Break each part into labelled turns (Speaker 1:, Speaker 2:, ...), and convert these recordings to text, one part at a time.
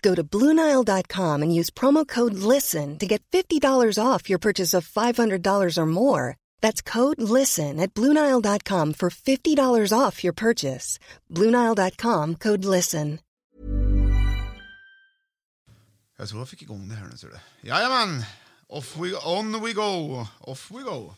Speaker 1: Go to Bluenile.com and use promo code LISTEN to get $50 off your purchase of $500 or more. That's code LISTEN at Bluenile.com for $50 off your purchase. Bluenile.com code LISTEN.
Speaker 2: Jag tror jag fick igång det här nu. Ser du. Jajamän! Off we, on we go! Off we go!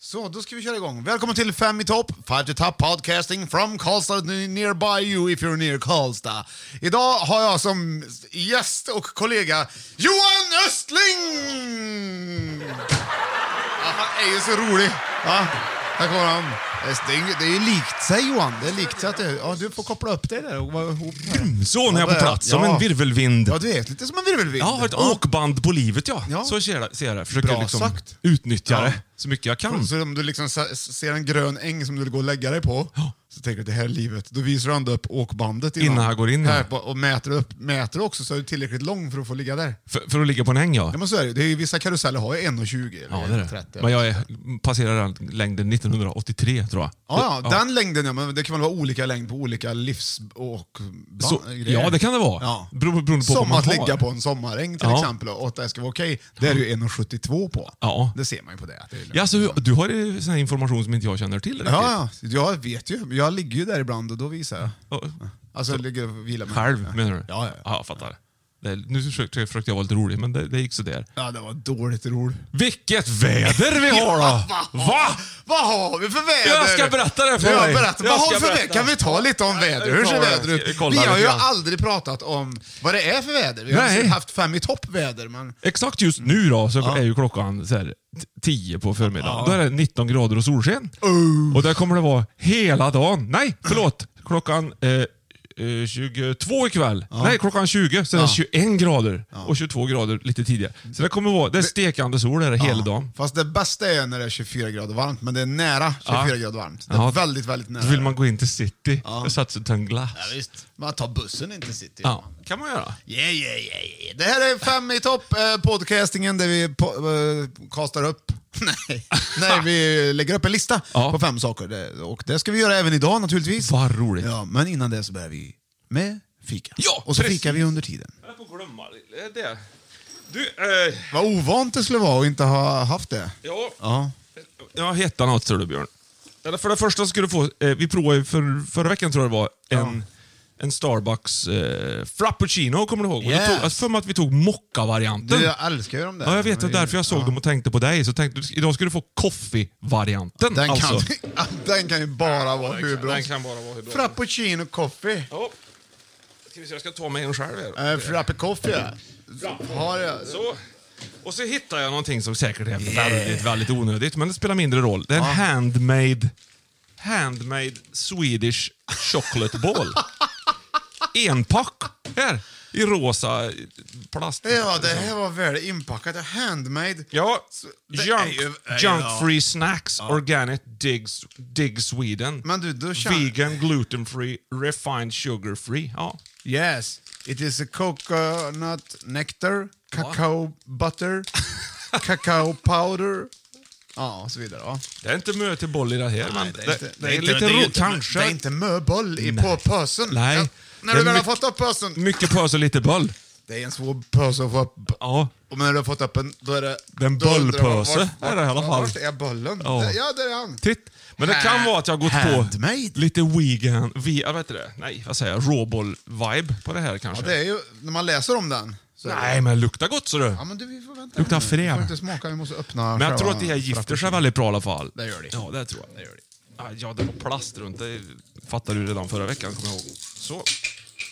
Speaker 2: Så, då ska vi köra igång. Välkommen till Fem i topp, Five to top podcasting from Karlstad n- nearby you if you're near Karlstad. Idag har jag som gäst och kollega Johan Östling! Ja, han är ju så rolig. Ja, här kommer han. Det är- Det är, ju- det är ju likt sig Johan. Det är likt sig att du, ja, du får koppla upp dig där och vara ihop. här.
Speaker 3: Så nu är jag på plats, som en virvelvind.
Speaker 2: Ja, du är lite som en virvelvind.
Speaker 3: Jag har ett åkband på livet, ja.
Speaker 2: Ja.
Speaker 3: Så ser jag det. Ser jag det. Försöker
Speaker 2: Bra
Speaker 3: liksom
Speaker 2: sagt.
Speaker 3: utnyttja
Speaker 2: Ja.
Speaker 3: det så mycket jag kan.
Speaker 2: Så om du liksom se- ser en grön äng som du vill gå och lägga dig på, så tänker du det här är livet. Då visar du ändå upp åkbandet
Speaker 3: Innan jag går in, ja.
Speaker 2: Här på, och mäter upp. Mäter också så är du tillräckligt lång för att få ligga där.
Speaker 3: För, för att ligga på en häng, ja.
Speaker 2: Ja, men så är det. det är, ju- vissa karuseller har ju 1,20 eller
Speaker 3: Ja, det är det.
Speaker 2: 1,30.
Speaker 3: Men jag är, passerar den längden 1983, tror jag.
Speaker 2: Ja, ja, den längden ja, men det kan väl vara olika längd på olika livs och ba-
Speaker 3: Så,
Speaker 2: grejer.
Speaker 3: ja, det kan det vara.
Speaker 2: Ja.
Speaker 3: Bero- Beroende på vad
Speaker 2: Som
Speaker 3: man
Speaker 2: att
Speaker 3: har.
Speaker 2: ligga på en sommaräng till
Speaker 3: Ja.
Speaker 2: exempel och att det ska vara okej. Det är det ju 1,72 på.
Speaker 3: Ja.
Speaker 2: Det ser man ju på det. det är lugnt.
Speaker 3: Ja, så, du har ju sån här information som inte jag känner till riktigt.
Speaker 2: ja, ja, jag vet ju. Jag ligger ju där ibland och då visar jag.
Speaker 3: Och-
Speaker 2: Alltså jag ligger och vilar mig.
Speaker 3: Själv, menar du?
Speaker 2: Ja, ja, ja.
Speaker 3: jag fattar. Det, nu försökte, försökte jag vara lite rolig, men det, det gick sådär.
Speaker 2: Ja, det var dåligt roligt.
Speaker 3: Vilket väder vi har då! Va?
Speaker 2: Vad har vi för väder?
Speaker 3: Jag ska berätta det för
Speaker 2: Ja,
Speaker 3: dig.
Speaker 2: Berätta.
Speaker 3: Jag
Speaker 2: Vad har
Speaker 3: ska
Speaker 2: vi för väder?
Speaker 3: berätta.
Speaker 2: Kan vi ta lite om väder? Hur ser
Speaker 3: Ja,
Speaker 2: väder
Speaker 3: vi
Speaker 2: ut?
Speaker 3: kollar
Speaker 2: Vi har
Speaker 3: lite
Speaker 2: ju
Speaker 3: grann.
Speaker 2: aldrig pratat om vad det är för väder. Vi har
Speaker 3: Nej.
Speaker 2: ju haft fem i topp-väder, men...
Speaker 3: Exakt just nu då så är ju klockan så här, t- 10 på förmiddagen. Då är det 19 grader och solsken.
Speaker 2: Oh.
Speaker 3: Och där kommer det vara hela dagen. Nej, förlåt. Klockan eh, eh, 22 ikväll. Nej, klockan 20 så är det 21 grader. Och 22 grader lite tidigare. Så det kommer vara, det är stekande sol där hela dagen.
Speaker 2: Fast det bästa är när det är 24 grader varmt, men det är nära 24 grader varmt. Det är
Speaker 3: Ja.
Speaker 2: väldigt, väldigt nära.
Speaker 3: Så vill man gå in till city och satsa på en glass.
Speaker 2: Ja, visst. Man tar bussen in till city.
Speaker 3: Ja, kan man göra.
Speaker 2: Yeah, yeah, yeah, yeah. Det här är Fem i topp, eh, podcastingen där vi po eh, kastar upp... Nej. Nej, vi lägger upp en lista
Speaker 3: Ja.
Speaker 2: på fem saker. Det, och det ska vi göra även idag naturligtvis.
Speaker 3: Vad roligt.
Speaker 2: Ja, men innan det så börjar vi med fika.
Speaker 3: Ja,
Speaker 2: och så
Speaker 3: precis.
Speaker 2: fikar vi under tiden.
Speaker 3: Jag får glömma det. Du, eh,
Speaker 2: Vad ovant det skulle vara att inte ha haft det.
Speaker 3: ja.
Speaker 2: Ja.
Speaker 3: Ja, heta något tror du Björn. Eller för det första ska du få, eh, vi provade ju för, förra veckan tror jag det var, en, en Starbucks eh, frappuccino, kommer du ihåg? Och då
Speaker 2: Yes.
Speaker 3: Tog, jag för mig att vi tog mocca-varianten.
Speaker 2: Du, jag älskar ju dem där.
Speaker 3: Ja, jag vet. Det är därför jag såg
Speaker 2: Ja.
Speaker 3: dem och tänkte på dig. Så tänkte, du, idag ska du få coffee-varianten.
Speaker 2: Den,
Speaker 3: alltså.
Speaker 2: kan, den kan ju bara vara hur bra
Speaker 3: Den kan bara vara hur bra.
Speaker 2: Frappuccino coffee.
Speaker 3: Ja. Ska vi se, jag ska ta mig en själv här.
Speaker 2: Äh, frappe coffee. Har jag.
Speaker 3: Så. Och så hittar jag någonting som säkert är väldigt, väldigt onödigt, men det spelar mindre roll. Det är en handmade, handmade Swedish chocolate ball. Enpack. Här, i rosa plast.
Speaker 2: Ja, det här var väl inpackat. Handmade.
Speaker 3: Ja,
Speaker 2: det är
Speaker 3: junk,
Speaker 2: ju- är ju-
Speaker 3: junk free snacks, organic digs, dig Sweden.
Speaker 2: Men du, då känner-
Speaker 3: Vegan, gluten free, refined sugar free. Ja.
Speaker 2: Yes. It is a coconut nectar, cacao butter, Cacao powder. Ja, och så vidare. Ja.
Speaker 3: Det är inte mycket till boll i det här, men
Speaker 2: Nej,
Speaker 3: det, det är lite
Speaker 2: det ju
Speaker 3: roligt.
Speaker 2: inte-
Speaker 3: Kanske.
Speaker 2: Det är inte möboll i
Speaker 3: Nej.
Speaker 2: på pösen.
Speaker 3: Nej.
Speaker 2: Ja, när
Speaker 3: Det
Speaker 2: du
Speaker 3: är
Speaker 2: väl har
Speaker 3: mycket-
Speaker 2: fått upp pösen.
Speaker 3: Mycket pös och lite boll.
Speaker 2: Det är en svår pöse att få upp.
Speaker 3: Ja.
Speaker 2: Och när du har fått upp en, då är det...
Speaker 3: Den
Speaker 2: då undrar man,
Speaker 3: bollpöse
Speaker 2: vart- vart-
Speaker 3: är det i alla fall.
Speaker 2: Vart är bollen?
Speaker 3: Ja.
Speaker 2: Där- Ja, där är han.
Speaker 3: Titt. Men det kan
Speaker 2: Hand-
Speaker 3: vara att jag har gått
Speaker 2: handmade.
Speaker 3: på lite vegan, vi, jag vet inte det, nej vad säger jag, råboll-vibe på det här
Speaker 2: Ja,
Speaker 3: kanske.
Speaker 2: det är ju, när man läser om den. Så är det-
Speaker 3: Nej, men det luktar gott så du.
Speaker 2: Ja, men du, vi får vänta.
Speaker 3: Luktar
Speaker 2: nu. Vi
Speaker 3: frän.
Speaker 2: får inte smaka, vi måste öppna
Speaker 3: Men jag tror
Speaker 2: själva
Speaker 3: att det här gifter sig
Speaker 2: frappuccino.
Speaker 3: väldigt bra i alla fall.
Speaker 2: Det gör det.
Speaker 3: Ja, det tror jag. Det gör det. Ah, Ja, det var plast runt. Det fattade du redan förra veckan, kommer jag ihåg. Så.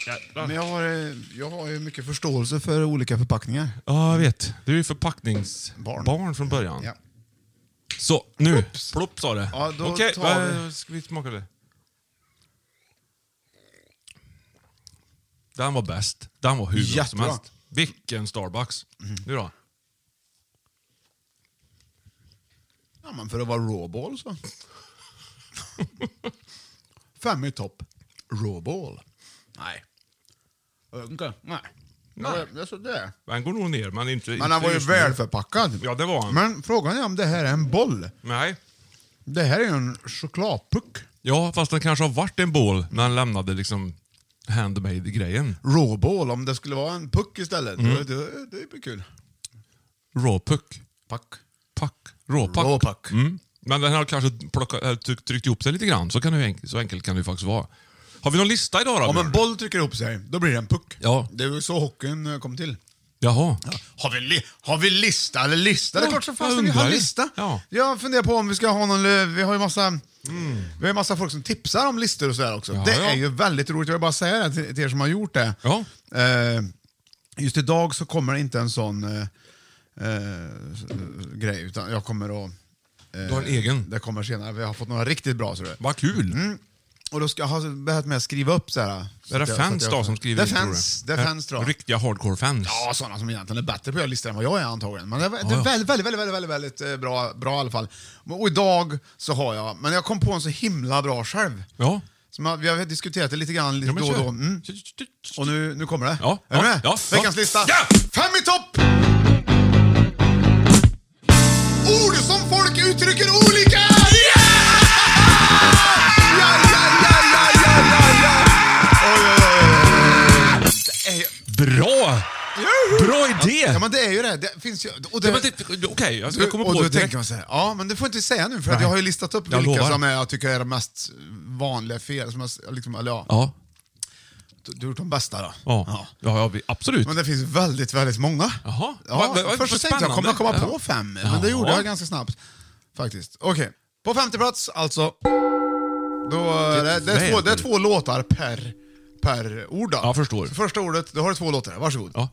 Speaker 3: Jävlar.
Speaker 2: Men jag har, eh, jag har ju mycket förståelse för olika förpackningar.
Speaker 3: Ja, jag vet. Du är ju förpackningsbarn
Speaker 2: Barn.
Speaker 3: Barn från början.
Speaker 2: Ja.
Speaker 3: Så, nu. Plopp sa det.
Speaker 2: Ja, då
Speaker 3: Okej,
Speaker 2: tar
Speaker 3: vad-
Speaker 2: vi-
Speaker 3: ska vi smaka det? Den var bäst. Den var hur bra som
Speaker 2: Jättebra. Mm.
Speaker 3: helst. Vilken Starbucks. Nu då?
Speaker 2: Ja, men för att vara råball så. Fem i topp. Råball. Nej. Jag vet inte. Nej.
Speaker 3: Nej.
Speaker 2: Nej. Det är sådär.
Speaker 3: Den går nog ner, men inte...
Speaker 2: Men
Speaker 3: inte
Speaker 2: han var ju
Speaker 3: just nu.
Speaker 2: välförpackad.
Speaker 3: Ja, det var han.
Speaker 2: Men frågan är om det här är en boll.
Speaker 3: Nej.
Speaker 2: Det här är ju en chokladpuck.
Speaker 3: Ja, fast den kanske har varit en bål när han lämnade liksom handmade-grejen.
Speaker 2: Råball, om det skulle vara en puck istället.
Speaker 3: Mm.
Speaker 2: Det, det, det blir kul.
Speaker 3: Råpuck.
Speaker 2: Pack.
Speaker 3: Pack. Råpack.
Speaker 2: Råpack.
Speaker 3: Mm. Men den har kanske plockat, äh, tryck- tryckt ihop sig lite grann. Så, kan det, ju enk- så enkelt kan det ju faktiskt vara. Har vi någon lista idag då?
Speaker 2: Om
Speaker 3: Björn?
Speaker 2: en boll trycker ihop sig, då blir det en puck.
Speaker 3: Ja.
Speaker 2: Det är ju så hockeyn eh, kom till.
Speaker 3: Jaha.
Speaker 2: Har vi, li- har vi lista eller lista? det
Speaker 3: Ja,
Speaker 2: är klart som
Speaker 3: jag
Speaker 2: fasen vi
Speaker 3: undrar
Speaker 2: har
Speaker 3: ju.
Speaker 2: lista.
Speaker 3: Ja. Mm.
Speaker 2: Jag funderar på om vi ska ha någon... eh, Vi har ju massa, vi har ju massa folk som tipsar om listor och sådär också.
Speaker 3: Ja,
Speaker 2: det
Speaker 3: ja.
Speaker 2: är ju väldigt roligt. Jag vill bara säga det till, till er som har gjort det.
Speaker 3: Ja.
Speaker 2: Eh, just idag så kommer det inte en sån eh, eh, s- grej, utan jag kommer att...
Speaker 3: Du har en
Speaker 2: Eh,
Speaker 3: egen.
Speaker 2: Det kommer senare. Vi har fått några riktigt bra. Så det.
Speaker 3: Vad kul.
Speaker 2: Och då ska jag ha börjat med att skriva upp så här. Mm. så
Speaker 3: Är
Speaker 2: att
Speaker 3: det
Speaker 2: jag- så att
Speaker 3: fans
Speaker 2: jag-
Speaker 3: då som skriver
Speaker 2: Det är fans, det är fans tror jag.
Speaker 3: Riktiga hardcore-fans.
Speaker 2: Ja, sådana som egentligen är bättre på att göra listor än vad jag är antagligen. Men det är det är
Speaker 3: Ja, ja.
Speaker 2: väldigt, väldigt, väldigt, väldigt, väldigt eh, bra, bra i alla fall. Och idag så har jag, men jag kom på en så himla bra själv.
Speaker 3: Ja.
Speaker 2: Som jag, vi har diskuterat det lite grann lite
Speaker 3: Ja, men
Speaker 2: då och
Speaker 3: kör.
Speaker 2: då. Mm. Och nu, nu kommer det.
Speaker 3: Ja,
Speaker 2: är du
Speaker 3: ja,
Speaker 2: med?
Speaker 3: ja,
Speaker 2: Veckans
Speaker 3: ja.
Speaker 2: lista.
Speaker 3: Ja!
Speaker 2: Fem i topp! Ord som folk uttrycker olika! Ja! Ja, ja, ja, ja, ja, ja, ja! Oj, oj, oj, oj, oj. Det är ju-
Speaker 3: Bra! Bra idé!
Speaker 2: Ja, men det är ju det. det, finns ju, och det
Speaker 3: Ja, men det- Okej, jag ska komma
Speaker 2: och
Speaker 3: på
Speaker 2: då
Speaker 3: det direkt.
Speaker 2: tänker man så här, ja men det får jag inte säga nu för att
Speaker 3: Nej.
Speaker 2: jag har ju listat upp
Speaker 3: Jag
Speaker 2: vilka
Speaker 3: lovar.
Speaker 2: som är, jag tycker är de mest vanliga fel, som jag, liksom, eller ja,
Speaker 3: Ja.
Speaker 2: du du har gjort de bästa då.
Speaker 3: Ja. Ja. ja, vi- absolut.
Speaker 2: Men det finns väldigt, väldigt många.
Speaker 3: Jaha.
Speaker 2: Ja,
Speaker 3: Vad- vad- vad
Speaker 2: först så tänkte jag,
Speaker 3: spännande.
Speaker 2: kommer jag komma på
Speaker 3: Ja.
Speaker 2: fem? Men det
Speaker 3: Ja.
Speaker 2: gjorde jag ganska snabbt. Faktiskt. Okej, på femte plats alltså. Då, är det, det, är två, det är två låtar per, per ord då.
Speaker 3: Ja, förstår.
Speaker 2: Första ordet, då har du två låtar. Varsågod.
Speaker 3: Ja.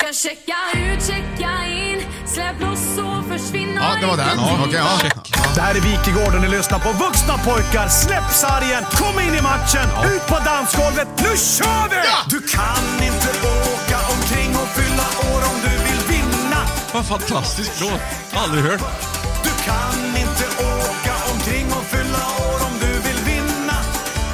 Speaker 4: Ska checka ut, checka in, släpp loss och försvinna
Speaker 2: Ja, det var den.
Speaker 4: Ja,
Speaker 2: Okej, ja.
Speaker 5: Det här är Wikegården, ni lyssnar på vuxna pojkar. Släpp sargen, kom in i matchen, ut på dansgolvet. Nu kör vi!
Speaker 2: Ja!
Speaker 5: Du kan inte åka omkring och fylla år om du vill vinna.
Speaker 3: Vad fantastisk låt. Aldrig hört.
Speaker 5: Du kan inte åka omkring och fylla år om du vill vinna.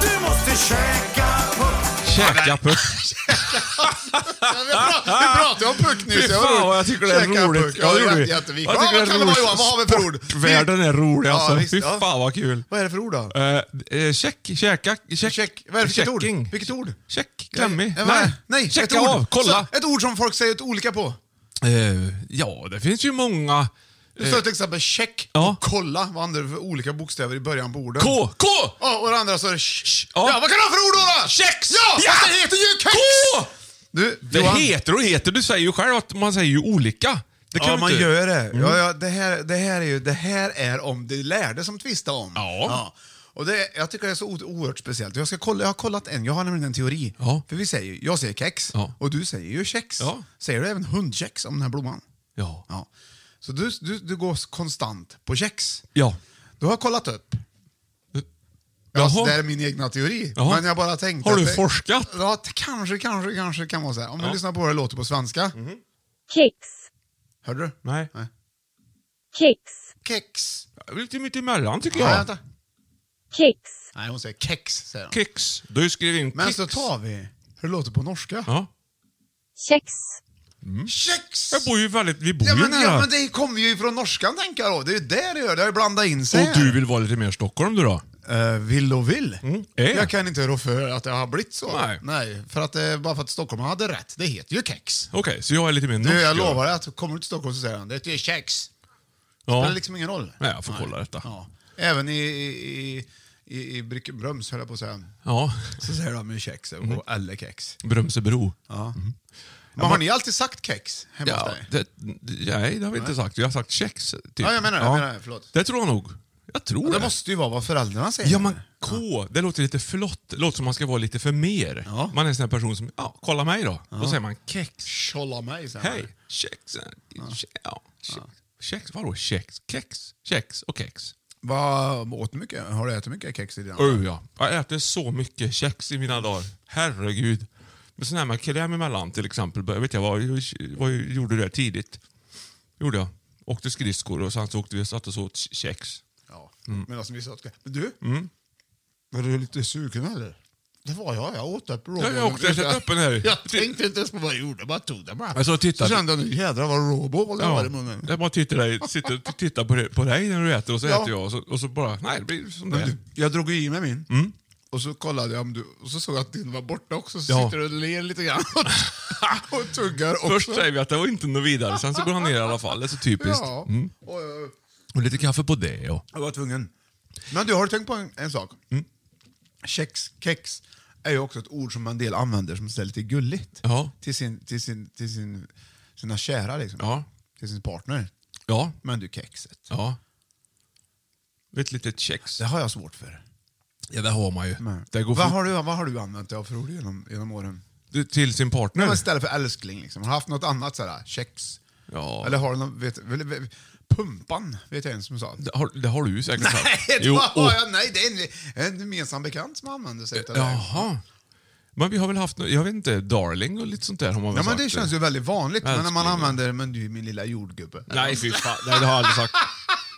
Speaker 5: Du måste käka puck.
Speaker 3: Käka puck.
Speaker 2: Ja, vi pra- Vi pratade ju om puck nyss.
Speaker 3: Fy
Speaker 2: var
Speaker 3: fan
Speaker 2: roligt.
Speaker 3: vad jag tycker det är
Speaker 2: Käka
Speaker 3: roligt.
Speaker 2: puck.
Speaker 3: Ja,
Speaker 2: Ja,
Speaker 3: det gjorde
Speaker 2: jät-
Speaker 3: vi.
Speaker 2: jättevikt.
Speaker 3: Jag
Speaker 2: Ja,
Speaker 3: tycker
Speaker 2: vad
Speaker 3: det
Speaker 2: kan
Speaker 3: är
Speaker 2: det vara
Speaker 3: roligt.
Speaker 2: Johan? Vad har vi för ord?
Speaker 3: Världen är rolig alltså.
Speaker 2: visst,
Speaker 3: Fy
Speaker 2: ja.
Speaker 3: fan vad kul.
Speaker 2: Vad är det för ord då?
Speaker 3: Eh, eh, check, käka, check.
Speaker 2: Check. Vad är det för vilket ord?
Speaker 3: checking.
Speaker 2: Vilket ord?
Speaker 3: Check, klämmig.
Speaker 2: Eh, vad är det? Nej, ett
Speaker 3: checka
Speaker 2: ord.
Speaker 3: av, kolla.
Speaker 2: Så, ett ord som folk säger olika på.
Speaker 3: Eh, ja, det finns ju många.
Speaker 2: Du sa till exempel check
Speaker 3: Eh. Ja.
Speaker 2: och kolla. Vad andra för olika bokstäver i början på orden?
Speaker 3: K, K!
Speaker 2: Ja, och det andra så är det sh, sh.
Speaker 3: Ja.
Speaker 2: Ja. vad kan det ha för ord då? då?
Speaker 3: Kex!
Speaker 2: Ja,
Speaker 3: Ja!
Speaker 2: fast det heter ju kex!
Speaker 3: K!
Speaker 2: Du,
Speaker 3: Det
Speaker 2: Johan.
Speaker 3: heter och heter. Du säger ju själv att man säger ju olika. Det kan
Speaker 2: Ja,
Speaker 3: du
Speaker 2: man
Speaker 3: inte. Mm.
Speaker 2: gör det. Ja, ja, det, här, det, här är ju, det här är om de lärde som tvistar om.
Speaker 3: Ja.
Speaker 2: Och det, jag tycker det är så o- oerhört speciellt. Jag, ska kolla, jag har kollat en, jag har nämligen en teori.
Speaker 3: Ja.
Speaker 2: För vi säger, jag säger kex
Speaker 3: Ja.
Speaker 2: och du säger ju kex.
Speaker 3: Ja.
Speaker 2: Säger du även hundkex om den här blomman?
Speaker 3: Ja.
Speaker 2: Ja. Så du, du, du går konstant på kex.
Speaker 3: Ja.
Speaker 2: Du har jag kollat upp.
Speaker 3: Jaha.
Speaker 2: Alltså, det här är min egna teori.
Speaker 3: Jaha.
Speaker 2: Men jag bara tänkte...
Speaker 3: Har du
Speaker 2: att det-
Speaker 3: forskat?
Speaker 2: Ja, t- kanske, kanske, kanske kan man säga. Om du lyssnar på hur det låter på svenska.
Speaker 3: Mhm.
Speaker 6: Kex,
Speaker 2: Hörde du?
Speaker 3: Nej.
Speaker 2: Nej.
Speaker 6: kex,
Speaker 2: Kex.
Speaker 3: Det är Lite mitt emellan tycker
Speaker 2: Ja.
Speaker 3: jag.
Speaker 2: vänta.
Speaker 6: kex,
Speaker 2: Nej, hon säger kex, säger hon.
Speaker 3: Kex. Du skrev in
Speaker 2: Men
Speaker 3: kex.
Speaker 2: så tar vi hur det låter på norska.
Speaker 3: Ja.
Speaker 6: kex,
Speaker 2: Mm. Kex!
Speaker 3: Jag bor ju väldigt, vi bor
Speaker 2: ja,
Speaker 3: ju
Speaker 2: men,
Speaker 3: nära.
Speaker 2: ja, men det kommer ju från norskan tänker jag då. Det är ju där det gör det. Det har ju blandat in sig
Speaker 3: Och du vill vara lite mer Stockholm du då?
Speaker 2: här. Eh, vill och vill.
Speaker 3: Eh.
Speaker 2: Jag kan inte rå för att det har blivit så.
Speaker 3: Nej.
Speaker 2: för att det, bara för att Stockholm hade rätt. Det heter ju kex.
Speaker 3: Eh. Okej, så jag är lite mer norsk.
Speaker 2: Du, jag
Speaker 3: då.
Speaker 2: lovar dig att kommer du till Stockholm så säger han det heter ju kex. Det
Speaker 3: Ja.
Speaker 2: spelar liksom ingen roll.
Speaker 3: Nej, jag får kolla detta.
Speaker 2: Ja. Även i, i, i, i Brickebrums höll jag på att säga.
Speaker 3: ja.
Speaker 2: Så säger de ju kex
Speaker 3: Mm.
Speaker 2: och eller kex.
Speaker 3: Brömsebro.
Speaker 2: Ja. Men har ni alltid sagt kex hemma hos
Speaker 3: Ja,
Speaker 2: dig?
Speaker 3: det, nej, det har vi inte sagt. Jag har sagt kex. Typ.
Speaker 2: Ja, jag menar det, jag menar det, förlåt.
Speaker 3: Det tror jag nog. Jag tror
Speaker 2: Ja,
Speaker 3: det.
Speaker 2: det måste ju vara vad föräldrarna säger.
Speaker 3: Oh, Ja, men K, det låter lite flott. Det låter som man ska vara lite för mer.
Speaker 2: Ja.
Speaker 3: Man är en sån här person som, ja, kolla mig då. Då säger man kex.
Speaker 2: Tjolla mig sen.
Speaker 3: Hej, kex. Ja. Ja. kex. Kex, vadå kex? Kex, kex och kex.
Speaker 2: Vad åt du mycket? Har du ätit mycket kex i dina
Speaker 3: Oh, ja. Jag äter så mycket kex i mina dagar. Herregud. Med sån här med kräm emellan till exempel. Jag vet jag var, var, gjorde det tidigt. gjorde jag. Åkte skridskor och sen så åkte vi och satt oss och åt kex.
Speaker 2: Ja.
Speaker 3: Mm.
Speaker 2: Men alltså, vi satt... Men du? Var du lite sugen eller? Det var jag. Jag åt upp rågången.
Speaker 3: jag åkte helt öppen här.
Speaker 2: Jag tänkte inte ens på vad jag gjorde. Jag bara tog den bara.
Speaker 3: Alltså, titta.
Speaker 2: Så kände jag nu jädrar vad råbål det var i munnen.
Speaker 3: Jag bara tittar, dig, sitter, och tittar på, dig, på dig när du äter och så
Speaker 2: Ja.
Speaker 3: äter jag och så, och så bara, nej det blir som det Mm.
Speaker 2: Men
Speaker 3: är.
Speaker 2: du, jag drog ju i mig min. Och så kollade jag om du, och så såg jag att din var borta också. Så
Speaker 3: Ja.
Speaker 2: sitter du och ler lite grann och, och tuggar också.
Speaker 3: Först säger vi att det var inte något vidare, sen så går han ner i alla fall. Det är så typiskt.
Speaker 2: Ja.
Speaker 3: Mm.
Speaker 2: Och eh, jag,
Speaker 3: Och lite kaffe på det och...
Speaker 2: jag var tvungen. Men du, har du tänkt på en, en sak?
Speaker 3: Mm.
Speaker 2: Kex, kex är ju också ett ord som en del använder som är lite gulligt.
Speaker 3: Ja.
Speaker 2: Till, sin, till, sin, till sin, sina kära liksom.
Speaker 3: Ja.
Speaker 2: Till sin partner.
Speaker 3: Ja.
Speaker 2: Men du, kexet.
Speaker 3: Ja. Ett litet kex.
Speaker 2: Det har jag svårt för.
Speaker 3: Ja, det har man ju.
Speaker 2: Men,
Speaker 3: Det går
Speaker 2: vad,
Speaker 3: fort
Speaker 2: har du, vad har du använt dig av för ord genom, genom åren?
Speaker 3: Du, till sin
Speaker 2: Nej.
Speaker 3: partner.
Speaker 2: Men istället för älskling, liksom. har du haft något annat sådär? Kex?
Speaker 3: Ja.
Speaker 2: Eller har du någon, vet, väl- väl- Pumpan vet jag en som sa.
Speaker 3: Det har, det har du ju säkert
Speaker 2: Nej,
Speaker 3: sagt.
Speaker 2: det
Speaker 3: Jo, och-
Speaker 2: har jag, nej, det är en, en gemensam bekant som använder sig av det.
Speaker 3: Jaha. Men vi har väl haft, nå- jag vet inte, darling och lite sånt där har man väl
Speaker 2: Ja, men
Speaker 3: sagt.
Speaker 2: det känns ju väldigt vanligt, men när man
Speaker 3: Älskling, ja.
Speaker 2: använder men du är min lilla jordgubbe.
Speaker 3: Nej, fy fan. Nej, det har jag aldrig sagt.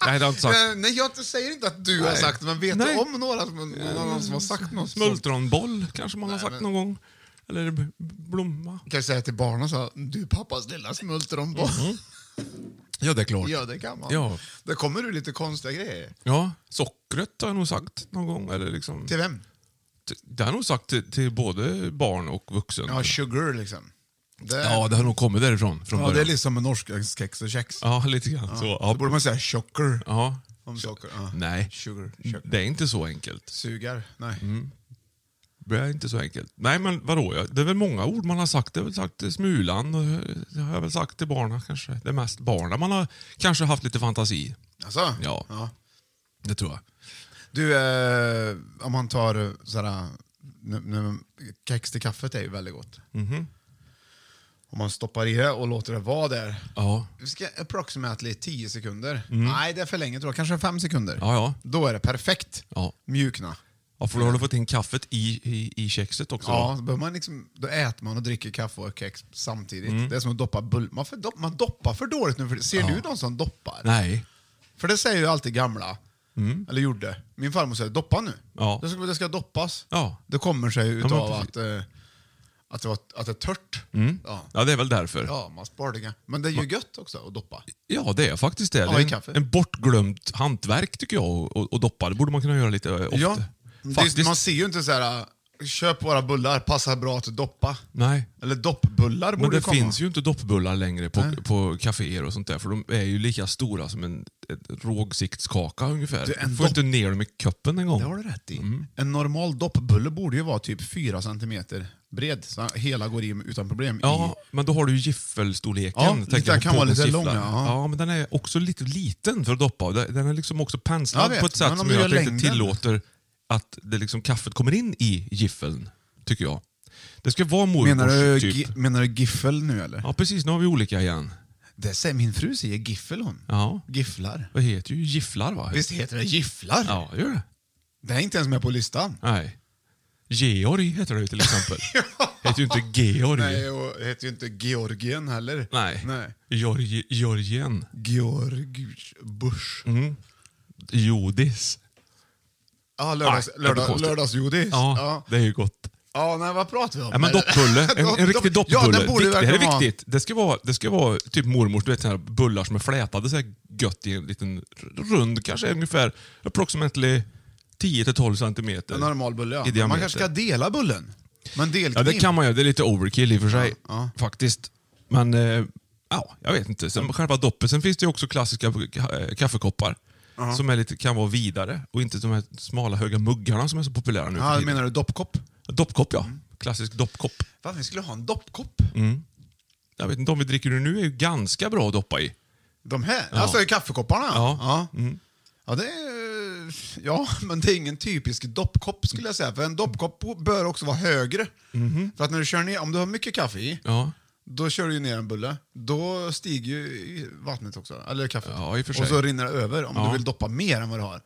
Speaker 3: Nej, det har jag inte sagt.
Speaker 2: Eh, Nej, jag inte- säger inte att du har
Speaker 3: Nej.
Speaker 2: sagt det, men vet
Speaker 3: Nej. Mm.
Speaker 2: du om några som, någon annan som har sagt något? sånt?
Speaker 3: Smultronboll kanske man har sagt
Speaker 2: men-
Speaker 3: någon gång. Eller b- blomma.
Speaker 2: Jag kan säga till barnen så här, du är pappas lilla smultronboll.
Speaker 3: Ja, det är klart. Ja.
Speaker 2: Ja, det kan man.
Speaker 3: Mm-hmm. Ja.
Speaker 2: Där kommer du lite konstiga grejer.
Speaker 3: Sockret har jag nog sagt någon gång. Eller liksom,
Speaker 2: Till vem?
Speaker 3: t- det har jag nog sagt till, till både barn och vuxen.
Speaker 2: Ja, sugar liksom. Det,
Speaker 3: Ja, det har nog kommit därifrån. Från
Speaker 2: ja,
Speaker 3: början.
Speaker 2: det är liksom med norskens kex och kex.
Speaker 3: Ja, lite grann så.
Speaker 2: Då
Speaker 3: Ja.
Speaker 2: borde man säga chocker.
Speaker 3: ja.
Speaker 2: Om socker. Ja.
Speaker 3: Nej,
Speaker 2: Sugar, sugar.
Speaker 3: det är inte så enkelt.
Speaker 2: Sugar? Nej.
Speaker 3: Mm. Det är inte så enkelt. Nej, men vadå? ja, Det är väl många ord man har sagt. Det har väl sagt eh, smulan och eh, det har jag väl sagt till barnen kanske. Det är mest barnen man har kanske haft lite fantasi.
Speaker 2: Alltså?
Speaker 3: Ja. Det tror jag.
Speaker 2: Du, eh, om man tar eh, sådär... Nu, nu, kex till kaffet är ju väldigt gott.
Speaker 3: Mhm.
Speaker 2: Om man stoppar i det och låter det vara där.
Speaker 3: Ja.
Speaker 2: Vi ska approximately 10 sekunder. Nej, det är för länge tror jag. Kanske 5 sekunder.
Speaker 3: Mhm. Ja, ja.
Speaker 2: Då är det perfekt.
Speaker 3: Ja.
Speaker 2: Mjukna.
Speaker 3: Ja, för då har du fått in kaffet i, i, i kexet också.
Speaker 2: Ja,
Speaker 3: då.
Speaker 2: då, behöver man liksom, då äter man och dricker kaffe och kex samtidigt.
Speaker 3: Mm.
Speaker 2: Det är som att doppa bull. Man, får dopp, man doppar för dåligt nu. För, ser du någon som doppar?
Speaker 3: Nej.
Speaker 2: För det säger ju alltid gamla, eller gjorde. Min farmor säger doppa nu.
Speaker 3: Mm. Ja.
Speaker 2: Det, ska, det ska doppas.
Speaker 3: Ja.
Speaker 2: Det kommer sig
Speaker 3: men
Speaker 2: utav
Speaker 3: precis. Mm.
Speaker 2: att, eh, att, det var, att det är tört. Ja.
Speaker 3: Ja, det är väl därför. Ja,
Speaker 2: ja, man sparar det. Men det är ju gött också att doppa.
Speaker 3: det är faktiskt det.
Speaker 2: Ja,
Speaker 3: det
Speaker 2: i
Speaker 3: är
Speaker 2: kaffe.
Speaker 3: en, en bortglömt hantverk tycker jag, och, och, och doppa. Det borde man kunna göra lite eh, ofta.
Speaker 2: Ja.
Speaker 3: Faktiskt.
Speaker 2: Det, man ser ju inte så här, äh, köp våra bullar, passar bra att doppa.
Speaker 3: Nej.
Speaker 2: Eller doppbullar
Speaker 3: Men
Speaker 2: borde
Speaker 3: det
Speaker 2: komma.
Speaker 3: finns ju inte doppbullar längre på, på kaféer och sånt där, för de är ju lika stora som en ett rågsiktskaka ungefär.
Speaker 2: Du, en
Speaker 3: Du får
Speaker 2: dopp-
Speaker 3: inte ner dem i kuppen en gång. Mm.
Speaker 2: Det har du rätt i. En normal doppbulle borde ju vara typ 4 centimeter bred, så hela går i utan problem.
Speaker 3: Ja,
Speaker 2: I.
Speaker 3: men då har du ju giffelstorleken.
Speaker 2: Ja,
Speaker 3: tänker
Speaker 2: lite-
Speaker 3: jag
Speaker 2: den
Speaker 3: på
Speaker 2: kan vara lite
Speaker 3: gifflar.
Speaker 2: lång, ja.
Speaker 3: ja, men den är också lite liten för att doppa. Den den är liksom också
Speaker 2: Jag
Speaker 3: penslad
Speaker 2: vet,
Speaker 3: på ett
Speaker 2: men om
Speaker 3: sätt som
Speaker 2: du
Speaker 3: gör
Speaker 2: gör
Speaker 3: att det inte
Speaker 2: längden.
Speaker 3: tillåter att det liksom, kaffet kommer in i giffeln, tycker jag. Det ska vara mormors
Speaker 2: Menar du,
Speaker 3: typ.
Speaker 2: gi- menar du giffel nu eller?
Speaker 3: Ja, precis. Nu har vi olika igen.
Speaker 2: Det säger, min fru säger giffel hon.
Speaker 3: Ja.
Speaker 2: Gifflar.
Speaker 3: Det heter ju gifflar, va?
Speaker 2: Visst heter det gifflar?
Speaker 3: Ja, gör det.
Speaker 2: Det är inte ens med på listan.
Speaker 3: Nej. Georg heter det ju till exempel. heter ju inte Georg.
Speaker 2: Nej, och det heter ju inte Georgien heller.
Speaker 3: Nej.
Speaker 2: Nej.
Speaker 3: Georgi- Georgien. Mm.
Speaker 2: Georg Bush.
Speaker 3: Jodis.
Speaker 2: Ja, lördags,
Speaker 3: Nej, det är
Speaker 2: lördag,
Speaker 3: konstigt.
Speaker 2: lördagsgodis.
Speaker 3: Ja, det är ju gott.
Speaker 2: Ja, nej, vad pratar vi om?
Speaker 3: Ja, men doppbulle. En, en riktig doppbulle.
Speaker 2: Ja, den borde
Speaker 3: Vikt- det här
Speaker 2: verkligen
Speaker 3: är
Speaker 2: vara-
Speaker 3: viktigt. Det ska vara, det ska vara typ mormors du vet, såna här bullar som är flätade så här gött i en liten rund, kanske ungefär approximately 10-12 centimeter.
Speaker 2: En normal bulle,
Speaker 3: i
Speaker 2: ja. Men Man
Speaker 3: diameter.
Speaker 2: kanske ska dela bullen. Men
Speaker 3: Ja,
Speaker 2: delkniv.
Speaker 3: det kan man göra. Det är lite overkill i och för sig,
Speaker 2: Ja,
Speaker 3: faktiskt. Men, eh, ja, jag vet inte. Sen själva doppet. Sen finns det ju också klassiska eh, kaffekoppar. Som är lite, kan vara vidare och inte de här smala höga muggarna som är så populära nu för
Speaker 2: ja,
Speaker 3: tiden.
Speaker 2: menar Mm. du doppkopp?
Speaker 3: Doppkopp, ja. Klassisk doppkopp.
Speaker 2: Fan, vi skulle ha en doppkopp.
Speaker 3: Jag vet inte, de vi dricker nu är ju ganska bra att doppa i.
Speaker 2: De här? Alltså kaffekopparna?
Speaker 3: Ja.
Speaker 2: Ja. Mm. Ja, det är, eh, ja, men det är ingen typisk doppkopp skulle jag säga. För en doppkopp bör också vara högre. För att när du kör ner, om du har mycket kaffe i,
Speaker 3: Mhm. Ja.
Speaker 2: då kör du ju ner en bulle. Då stiger ju vattnet också, eller kaffet.
Speaker 3: Ja, i och för sig.
Speaker 2: och så rinner det över om
Speaker 3: Ja.
Speaker 2: du vill doppa mer än vad du har.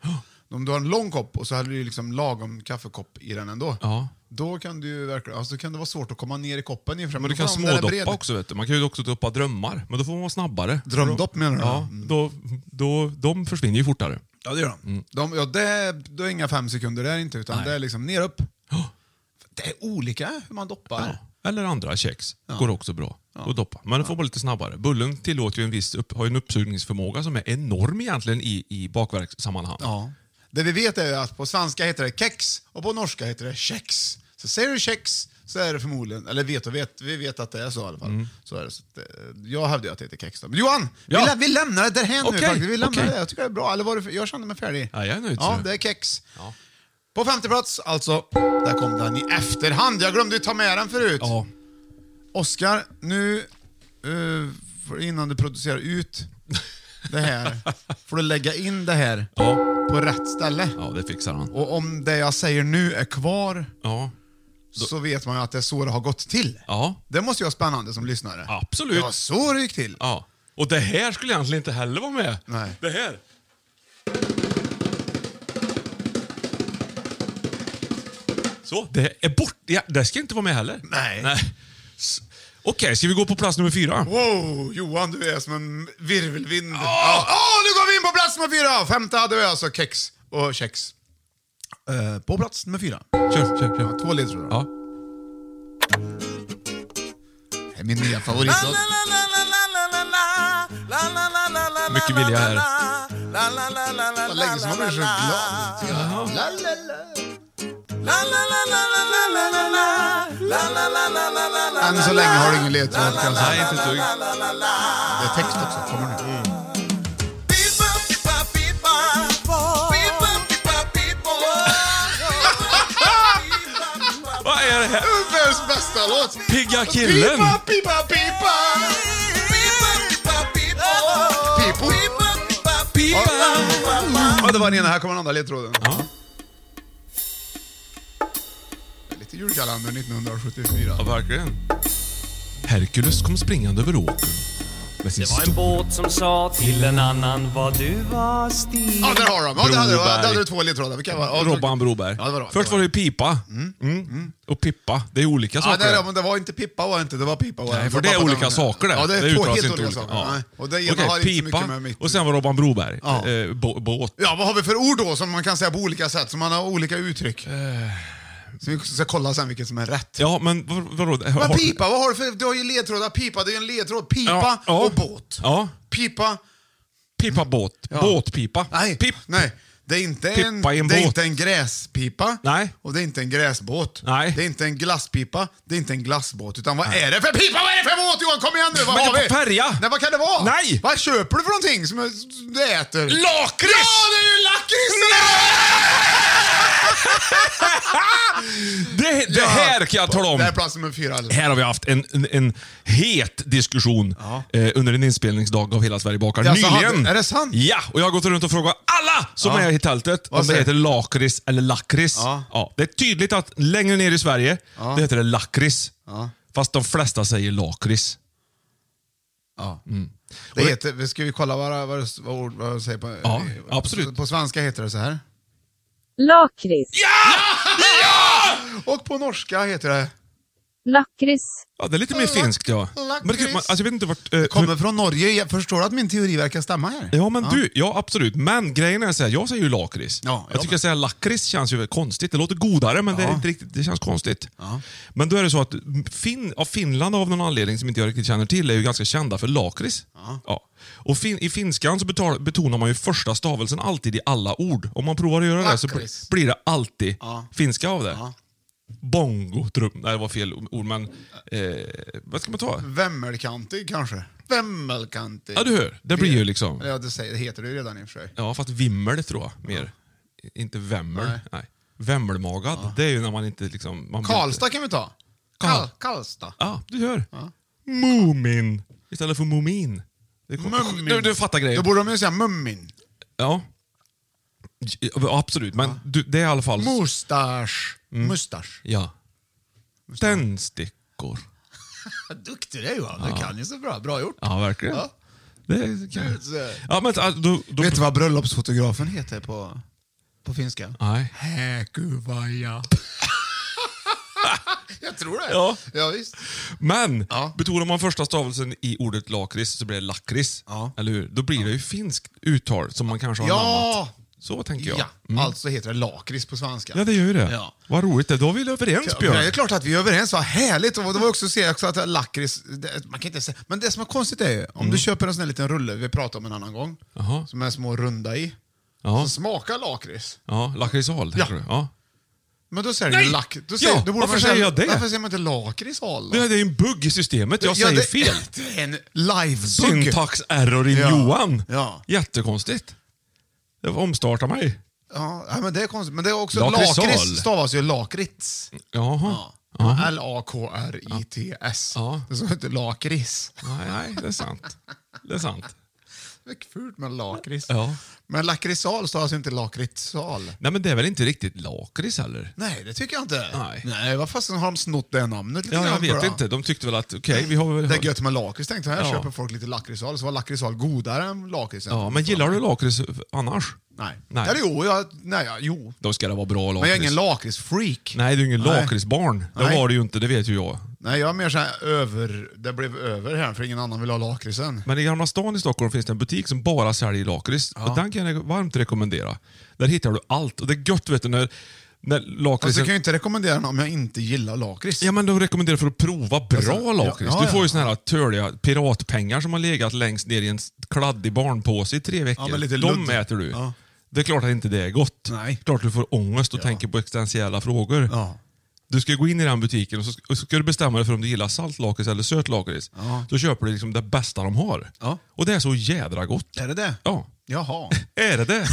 Speaker 2: Om du har en lång kopp och så hade du ju liksom lagom kaffekopp i den ändå.
Speaker 3: Ja.
Speaker 2: Då kan, du ju verkligen, alltså, då kan det vara svårt att komma ner i koppen. i och för sig.
Speaker 3: Men du
Speaker 2: då
Speaker 3: kan
Speaker 2: får använda den
Speaker 3: smådoppa
Speaker 2: bred.
Speaker 3: också. Vet du. Man kan ju också doppa drömmar, men då får man vara snabbare.
Speaker 2: Drömdopp menar du?
Speaker 3: Ja,
Speaker 2: Mm.
Speaker 3: då, då, de försvinner ju fortare.
Speaker 2: Ja, det gör de. de ja, det, det är inga fem sekunder där inte, utan
Speaker 3: Mm. Nej.
Speaker 2: det är liksom ner upp. Det är olika hur man doppar.
Speaker 3: Ja. Eller andra kex. Går också bra att doppa. Men det får vara lite snabbare. Bullen tillåter ju en viss upp, har ju en uppsugningsförmåga som är enorm egentligen i, i bakverkssammanhang.
Speaker 2: Ja. Det vi vet är ju att på svenska heter det kex och på norska heter det kex. Så säger du kex så är det förmodligen, eller vet och vet, vi vet att det är så i alla fall. Så är det, så att, eh, jag hävdar ju att det heter kex. Då. Men Johan, vi,
Speaker 3: Mm. Ja.
Speaker 2: lä- vi lämnar det därhän nu
Speaker 3: Okej,
Speaker 2: faktiskt. Vi lämnar
Speaker 3: okej.
Speaker 2: det. Jag tycker det är bra. Eller var det, jag kände mig färdig.
Speaker 3: Ja, jag är nöjd,
Speaker 2: Ja,
Speaker 3: så.
Speaker 2: det är kex.
Speaker 3: Ja.
Speaker 2: På femte plats, alltså, där kom den i efterhand. Jag glömde ju ta med den förut.
Speaker 3: Ja.
Speaker 2: Oskar, nu eh, för- innan du producerar ut det här, får du lägga in det här
Speaker 3: Ja.
Speaker 2: på rätt ställe.
Speaker 3: ja, det fixar han.
Speaker 2: Och om det jag säger nu är kvar
Speaker 3: Ja,
Speaker 2: så vet man ju att det är så det har gått till.
Speaker 3: ja
Speaker 2: Det måste ju vara spännande som lyssnare.
Speaker 3: absolut.
Speaker 2: Det var så det gick till.
Speaker 3: Ja. Och det här skulle egentligen inte heller vara med.
Speaker 2: Nej.
Speaker 3: Det här. Så, det är bort. Ja, det ska inte vara med heller.
Speaker 2: Nej.
Speaker 3: S- Okej, ska vi gå på plats nummer fyra?
Speaker 2: Wow, Johan du är som en virvelvind. Ja. Åh, nu går vi in på plats nummer fyra! Femte hade vi alltså kex och kex. Eh, på plats nummer fyra.
Speaker 3: Kör, kör,
Speaker 2: Ja,
Speaker 3: kör.
Speaker 2: två ledtrådar.
Speaker 3: Ja.
Speaker 2: Det är min nya favoritlåt.
Speaker 3: Mycket vilja här.
Speaker 2: Det var länge sedan man blev så glad. tycker jag. La, la, la. Än så länge har du ingen ledtråd kan jag säga.
Speaker 3: Nej, inte ett dugg.
Speaker 2: Det är text också. Kommer nu.
Speaker 3: Vad är det här?
Speaker 2: Världens bästa låt!
Speaker 3: Pigga killen!
Speaker 2: Pipa, pipa, pipa! Pipo.
Speaker 3: Pipa!
Speaker 2: Ja, det var den ena. Här kommer den andra ledtråden.
Speaker 3: Ja.
Speaker 2: Lite julkalender 1974.
Speaker 3: Ja, verkligen. Herkules kom springande över åkern. Med sin
Speaker 7: Det var en båt som sa till en annan vad du var stil.
Speaker 2: Ja, där har de. Ja, där hade du,
Speaker 3: Broberg.
Speaker 2: där hade du två ledtrådar. Vilka var ja,
Speaker 3: Robban Broberg.
Speaker 2: Ja, det var det.
Speaker 3: Först var det ju pipa. Mm. Och pippa. Det är olika
Speaker 2: Ja,
Speaker 3: saker.
Speaker 2: nej, då, men det var inte pippa var det inte, det var pipa var
Speaker 3: Nej,
Speaker 2: det.
Speaker 3: för det är
Speaker 2: Pappa,
Speaker 3: olika
Speaker 2: den-
Speaker 3: saker det.
Speaker 2: Ja, det är, två
Speaker 3: uttalas
Speaker 2: helt
Speaker 3: inte
Speaker 2: olika
Speaker 3: olika.
Speaker 2: saker.
Speaker 3: Ja.
Speaker 2: Nej. Och det ena
Speaker 3: Okej,
Speaker 2: har inte så mycket med mitt...
Speaker 3: Och sen var Robban Broberg.
Speaker 2: Ja.
Speaker 3: Eh, bå- båt.
Speaker 2: Ja, vad har vi för ord då som man kan säga på olika sätt, som man har olika uttryck?
Speaker 3: Eh.
Speaker 2: Så vi ska kolla sen vilket som är rätt.
Speaker 3: Ja, men vad- vadå?
Speaker 2: Men
Speaker 3: Har-
Speaker 2: pipa, vad har du för... Du har ju ledtrådar. Pipa, det är ju en ledtråd. Pipa
Speaker 3: Ja, ja.
Speaker 2: och båt.
Speaker 3: Ja.
Speaker 2: Pipa...
Speaker 3: Pipa båt.
Speaker 2: Ja.
Speaker 3: Båtpipa.
Speaker 2: Nej,
Speaker 3: Pip.
Speaker 2: nej. Det är, inte en,
Speaker 3: Pippa i en
Speaker 2: det är
Speaker 3: båt.
Speaker 2: inte en gräspipa
Speaker 3: Nej.
Speaker 2: och det är inte en gräsbåt.
Speaker 3: Nej.
Speaker 2: Det är inte en glasspipa, det är inte en glassbåt. Utan vad är det för pipa? Vad är det för båt Johan? Kom igen nu, vad
Speaker 3: Men det
Speaker 2: har
Speaker 3: var
Speaker 2: vi?
Speaker 3: färja.
Speaker 2: Nej, vad kan det vara?
Speaker 3: Nej.
Speaker 2: Vad köper du för någonting som du äter?
Speaker 3: Lakrits!
Speaker 2: Ja, det är ju lakrits! det
Speaker 3: Det, det
Speaker 2: Ja.
Speaker 3: här kan jag tala
Speaker 2: är!
Speaker 3: om.
Speaker 2: Det är plats nummer fyra. alltså.
Speaker 3: Här har vi haft en, en, en het diskussion eh, under en inspelningsdag av Hela Sverige bakar
Speaker 2: Ja, så
Speaker 3: nyligen.
Speaker 2: hade- är det sant?
Speaker 3: Ja, och jag har gått runt och frågat alla som är i tältet
Speaker 2: Vad
Speaker 3: om det
Speaker 2: säger-
Speaker 3: heter lakrits eller lakrits.
Speaker 2: Ja.
Speaker 3: det är tydligt att längre ner i Sverige, det heter det lakrits. Fast de flesta säger lakrits.
Speaker 2: Ja. Det heter, ska vi kolla vad, vad, vad, ord- vad jag säger på...
Speaker 3: Ja, absolut.
Speaker 2: På svenska heter det så här.
Speaker 6: Lakrits.
Speaker 2: Och på norska heter det...
Speaker 6: lakrits,
Speaker 3: Ja, det är lite mer
Speaker 2: Lakrits.
Speaker 3: finskt ja. Men det, kan- man- alltså, jag vet inte vart... eh,
Speaker 2: Kommer från Norge. Jag förstår att min teori verkar stämma här?
Speaker 3: Ja, men du, ja absolut. Men grejen är så här, jag säger ju lakrits.
Speaker 2: Ja, jag
Speaker 3: jag tycker
Speaker 2: med.
Speaker 3: att säga lakrits känns ju väldigt konstigt. Det låter godare, men det, är inte riktigt, det känns konstigt. Men då är det så att fin, ja, Finland av någon anledning som inte jag riktigt känner till är ju ganska kända för lakrits. Ja. Och fin, i finskan så betal, betonar man ju första stavelsen alltid i alla ord. Om man provar att göra det så bli-
Speaker 2: Lakrits.
Speaker 3: blir det alltid finska av det. Bongo, trum, nej det var fel ord, men eh, vad ska man ta?
Speaker 2: Vemmelkantig kanske? Vemmelkantig.
Speaker 3: Ja, du hör. Det blir ju liksom...
Speaker 2: Ja, det, säger, det heter det ju redan i och för sig.
Speaker 3: Ja, fast vimmel tror jag mer. I- Inte vämmel.
Speaker 2: Nej.
Speaker 3: Nej. Vemmelmagad, det är ju när man inte liksom... Man blir
Speaker 2: Karlstad
Speaker 3: Inte...
Speaker 2: kan vi ta.
Speaker 3: Karl-
Speaker 2: Karl, Karlstad.
Speaker 3: Ja, du hör. Mumin. Istället för Mumin. Det kom-
Speaker 2: Mummin.
Speaker 3: Du, du fattar grejen.
Speaker 2: Då borde de ju säga Mummin.
Speaker 3: Ja. Ja, Absolut, men du, det är i alla fall...
Speaker 2: Mustasch.
Speaker 3: Mm.
Speaker 2: Mustasch.
Speaker 3: Ja. Tändstickor.
Speaker 2: Vad duktig du är Johan. Du kan ju så bra. Bra gjort.
Speaker 3: Ja, verkligen.
Speaker 2: Ja.
Speaker 3: Det kan jag.
Speaker 2: Så-
Speaker 3: Ja, men ah, då... då
Speaker 2: Vet du vad bröllopsfotografen heter på, på finska?
Speaker 3: Nej.
Speaker 2: Häkuvaja. Jag tror det.
Speaker 3: Ja.
Speaker 2: ja visst.
Speaker 3: Men
Speaker 2: Ja.
Speaker 3: betonar man första stavelsen i ordet lakrits så blir det lakrits.
Speaker 2: Ja.
Speaker 3: Eller hur? Då blir det ju finskt uttal som man kanske har
Speaker 2: Ja.
Speaker 3: anammat. Så tänker jag.
Speaker 2: Ja,
Speaker 3: Mm.
Speaker 2: alltså heter det lakrits på svenska.
Speaker 3: ja, det gör ju det.
Speaker 2: Ja.
Speaker 3: Vad roligt. Det. Då är vi överens,
Speaker 2: Ja,
Speaker 3: Björn.
Speaker 2: Det är klart att vi är överens, vad härligt! Och det var också att se också att lakrits, det- man kan inte säga, men det som är konstigt är ju, om du köper en sån här liten rulle, vi pratade om en annan gång,
Speaker 3: Mm. Jaha.
Speaker 2: som är små runda i,
Speaker 3: Ja.
Speaker 2: som smakar lakrits.
Speaker 3: Ja, lakritshal, tänker
Speaker 2: Ja.
Speaker 3: du? Ja.
Speaker 2: Men då säger du
Speaker 3: Nej!
Speaker 2: lak... Då
Speaker 3: Ja,
Speaker 2: säger, då borde
Speaker 3: varför
Speaker 2: man säga,
Speaker 3: säger jag det?
Speaker 2: Varför säger man inte lakritshal? då?
Speaker 3: Det här är ju en bugg i systemet. Jag
Speaker 2: Ja,
Speaker 3: säger
Speaker 2: det-
Speaker 3: fel.
Speaker 2: Det är en live-bugg.
Speaker 3: Syntax error in
Speaker 2: Ja.
Speaker 3: Johan.
Speaker 2: Ja.
Speaker 3: Jättekonstigt. Det var omstarta mig.
Speaker 2: Ja, nej, men det är konstigt. Men det är också
Speaker 3: Lakritsal.
Speaker 2: lakrits stavas ju lakrits.
Speaker 3: Jaha.
Speaker 2: Ja.
Speaker 3: Ja.
Speaker 2: L-A-K-R-I-T-S.
Speaker 3: Ja.
Speaker 2: Det står inte lakrits.
Speaker 3: Nej, nej, det är sant. Det är sant.
Speaker 2: Det är fult med lakrits.
Speaker 3: Ja.
Speaker 2: Men lakritsal stavas ju inte lakritsal.
Speaker 3: Nej, men det är väl inte riktigt lakrits heller?
Speaker 2: Nej, det tycker jag inte.
Speaker 3: Nej.
Speaker 2: Nej vad fasen har de snott det namnet lite
Speaker 3: Ja, jag
Speaker 2: grann
Speaker 3: vet
Speaker 2: bara?
Speaker 3: inte. De tyckte väl att, okej, vi har väl...
Speaker 2: Det är gött med lakrits tänkte jag. Här
Speaker 3: Ja.
Speaker 2: köper folk lite lakritsal, så var lakritsal godare än lakritsen.
Speaker 3: Ja, men gillar du lakrits annars?
Speaker 2: Nej.
Speaker 3: Nej.
Speaker 2: Eller jo, jag, nej, ja, jo.
Speaker 3: Då ska det vara bra lakrits.
Speaker 2: Men jag är ingen lakritsfreak.
Speaker 3: Nej, du är ingen
Speaker 2: Nej.
Speaker 3: lakritsbarn.
Speaker 2: Nej.
Speaker 3: Det var du ju inte, det vet ju jag.
Speaker 2: Nej, jag är mer såhär över... Det blev över här för ingen annan vill ha Alltså, lakritsen.
Speaker 3: Men i Gamla stan i Stockholm finns det en butik som bara säljer lakrits. Och den kan jag varmt rekommendera. Där hittar du allt. Och det är gött vet du när, när
Speaker 2: Alltså,
Speaker 3: lakritsen...
Speaker 2: jag kan ju inte rekommendera den om jag inte gillar lakrits.
Speaker 3: Ja men de rekommenderar för att prova bra
Speaker 2: Alltså,
Speaker 3: lakrits.
Speaker 2: ja,
Speaker 3: du
Speaker 2: ja,
Speaker 3: får ju
Speaker 2: ja.
Speaker 3: såna här törliga piratpengar som har legat längst ner i en kladdig barnpåse i tre veckor.
Speaker 2: Ja, men lite
Speaker 3: de
Speaker 2: ludd.
Speaker 3: äter du.
Speaker 2: Ja.
Speaker 3: Det är klart att inte det är gott.
Speaker 2: Nej.
Speaker 3: Klart du får ångest och tänker på existentiella frågor.
Speaker 2: Ja.
Speaker 3: Du ska gå in i den butiken och så ska, och så ska du bestämma dig för om du gillar saltlakrits eller sötlakrits.
Speaker 2: Ja.
Speaker 3: Då köper du liksom det bästa de har.
Speaker 2: Ja.
Speaker 3: Och det är så jädra gott.
Speaker 2: Är det det?
Speaker 3: Ja.
Speaker 2: Jaha.
Speaker 3: Är det det?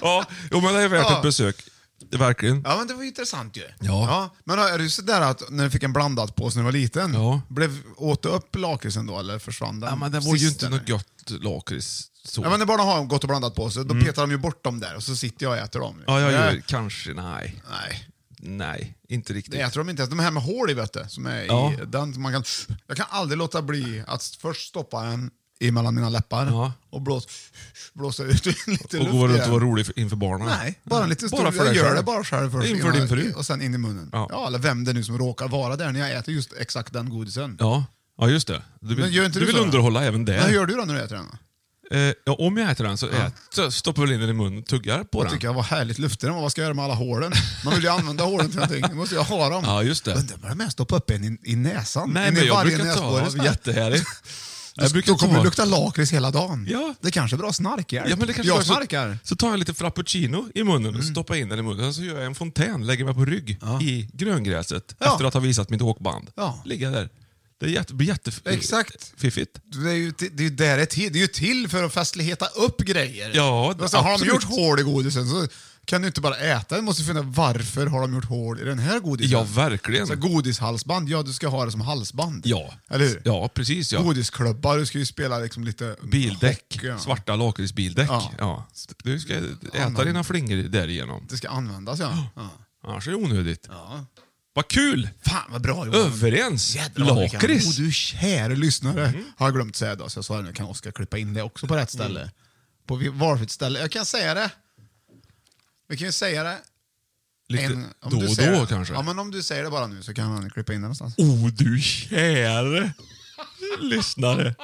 Speaker 3: ja, jo, men det är värt
Speaker 2: Ja.
Speaker 3: ett besök. Verkligen.
Speaker 2: Ja, men det var ju intressant ju.
Speaker 3: Ja.
Speaker 2: Men är det sådär att när du fick en blandad påse när du var liten,
Speaker 3: Ja.
Speaker 2: blev, åt du upp lakritsen då eller försvann den?
Speaker 3: Ja, men det var ju
Speaker 2: sist,
Speaker 3: inte
Speaker 2: eller?
Speaker 3: något gött lakrits. Så.
Speaker 2: Ja, men när barnen har en gott och blandat påse, då petar de ju bort dem där och så sitter jag och äter dem.
Speaker 3: Mm. Ja, jag
Speaker 2: Det-
Speaker 3: gör kanske. Nej.
Speaker 2: Nej,
Speaker 3: Nej, inte riktigt.
Speaker 2: det äter de inte. ens. De här med hål i vet du, som är
Speaker 3: Ja.
Speaker 2: i den, man kan, Jag kan aldrig låta bli att först stoppa en i mellan mina läppar
Speaker 3: Ja.
Speaker 2: och blås, blåsa ut lite
Speaker 3: och
Speaker 2: luft
Speaker 3: gå runt och
Speaker 2: igen.
Speaker 3: vara rolig för- inför barnen.
Speaker 2: Nej, bara en liten stor...
Speaker 3: Bara för
Speaker 2: jag
Speaker 3: dig
Speaker 2: gör
Speaker 3: själv.
Speaker 2: det bara själv först.
Speaker 3: Inför
Speaker 2: innan-
Speaker 3: din fru.
Speaker 2: Och sen in i munnen. Ja.
Speaker 3: Ja.
Speaker 2: eller vem det nu som råkar vara där när jag äter just exakt den godisen.
Speaker 3: Ja. ja, just det. Du
Speaker 2: Men
Speaker 3: vill,
Speaker 2: gör inte
Speaker 3: du
Speaker 2: du
Speaker 3: vill
Speaker 2: så?
Speaker 3: underhålla även det.
Speaker 2: Vad gör du då när du äter den? då?
Speaker 3: Eh, ja, om jag äter den så, ät, så stoppar jag väl in den i munnen och tuggar på
Speaker 2: Jag
Speaker 3: den.
Speaker 2: tycker jag var härligt luftig den var. Vad ska jag göra med alla hålen? Man vill ju använda hålen till någonting. Då måste jag ha dem.
Speaker 3: Ja, just det.
Speaker 2: Men det börjar med att stoppa upp en i, i näsan.
Speaker 3: Nej,
Speaker 2: en
Speaker 3: men
Speaker 2: i
Speaker 3: jag
Speaker 2: varje
Speaker 3: brukar
Speaker 2: näsborre så
Speaker 3: ta...
Speaker 2: här.
Speaker 3: Jättehärligt.
Speaker 2: Då-
Speaker 3: Jag brukar
Speaker 2: Då kommer
Speaker 3: ta-
Speaker 2: det lukta lakrits hela dagen.
Speaker 3: Ja.
Speaker 2: Det kanske är bra snarkhjälp.
Speaker 3: Ja, men det kanske
Speaker 2: jag
Speaker 3: var så-
Speaker 2: snarkar.
Speaker 3: Så tar jag lite frappuccino i munnen
Speaker 2: Mm.
Speaker 3: och stoppar in den i munnen. Sen så gör jag en fontän, lägger mig på rygg i gröngräset
Speaker 2: Ja.
Speaker 3: efter att ha visat mitt åkband.
Speaker 2: Ja.
Speaker 3: Ligga där. Det är jätte, blir jätte,
Speaker 2: Exakt.
Speaker 3: fiffigt.
Speaker 2: Det är ju, till- det är ju, där det, är till, det är ju till för att festligheta upp grejer.
Speaker 3: Ja,
Speaker 2: och så har de
Speaker 3: absolut.
Speaker 2: gjort hål i godisen så kan du inte bara äta den. Du måste finna varför har de gjort hål i den här godisen.
Speaker 3: Ja, verkligen.
Speaker 2: Så godishalsband, ja du ska ha det som halsband.
Speaker 3: Ja.
Speaker 2: Eller hur?
Speaker 3: Ja, precis. Ja.
Speaker 2: Godisklubbar, du ska ju spela liksom lite...
Speaker 3: Bildäck.
Speaker 2: hockey, ja.
Speaker 3: Svarta lakritsbildäck.
Speaker 2: Ja.
Speaker 3: Ja. Du ska äta dina flingor därigenom.
Speaker 2: Det ska användas ja. ja.
Speaker 3: Annars är det onödigt. Vad kul!
Speaker 2: Fan vad bra Johan.
Speaker 3: Överens!
Speaker 2: Jävlar vad vi kan-
Speaker 3: Lakrits!
Speaker 2: Och du kära lyssnare,
Speaker 3: Mm.
Speaker 2: har jag glömt säga då, så jag sa det nu, kan Oskar klippa in det också på rätt ställe.
Speaker 3: Mm.
Speaker 2: På vi- varsitt ställe. Jag kan säga det. Vi kan ju säga det.
Speaker 3: lite
Speaker 2: En- om
Speaker 3: då
Speaker 2: du
Speaker 3: och
Speaker 2: säger
Speaker 3: då
Speaker 2: det-
Speaker 3: kanske.
Speaker 2: Ja, men om du säger det bara nu så kan han klippa in det någonstans.
Speaker 3: Oh, du käre lyssnare.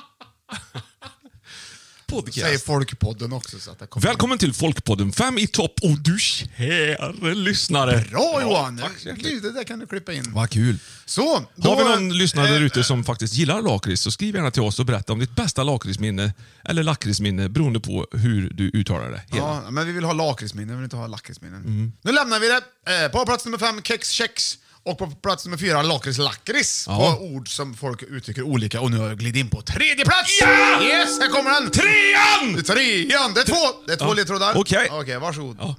Speaker 2: Säger
Speaker 3: Podcast.
Speaker 2: Folkpodden också. Så att det kommer
Speaker 3: Välkommen till Folkpodden 5 i topp. Oh, du käre lyssnare.
Speaker 2: Bra Johan!
Speaker 3: tack så
Speaker 2: du,
Speaker 3: hjärtligt.
Speaker 2: det där kan du klippa in.
Speaker 3: Vad kul.
Speaker 2: Så, då
Speaker 3: Har vi
Speaker 2: var-
Speaker 3: någon lyssnare där
Speaker 2: eh,
Speaker 3: ute som faktiskt gillar lakrits så skriv gärna till oss och berätta om ditt bästa lakritsminne eller lakritsminne beroende på hur du uttalar det. Hela. Mm.
Speaker 2: Ja, men vi vill ha lakritsminnen, vi vill inte ha lakritsminnen. Nu lämnar vi det. Eh, på plats nummer fem, kex kex. Och på plats nummer fyra, lakrits lakrits.
Speaker 3: Ja.
Speaker 2: På ord som folk uttrycker olika. Och nu har jag glidit in på tredje plats! Yes, här kommer den!
Speaker 3: Trean!
Speaker 2: Det är trean! Det är två, det är två
Speaker 3: Ja.
Speaker 2: ledtrådar.
Speaker 3: Okej.
Speaker 2: Okej, varsågod.
Speaker 3: Ja.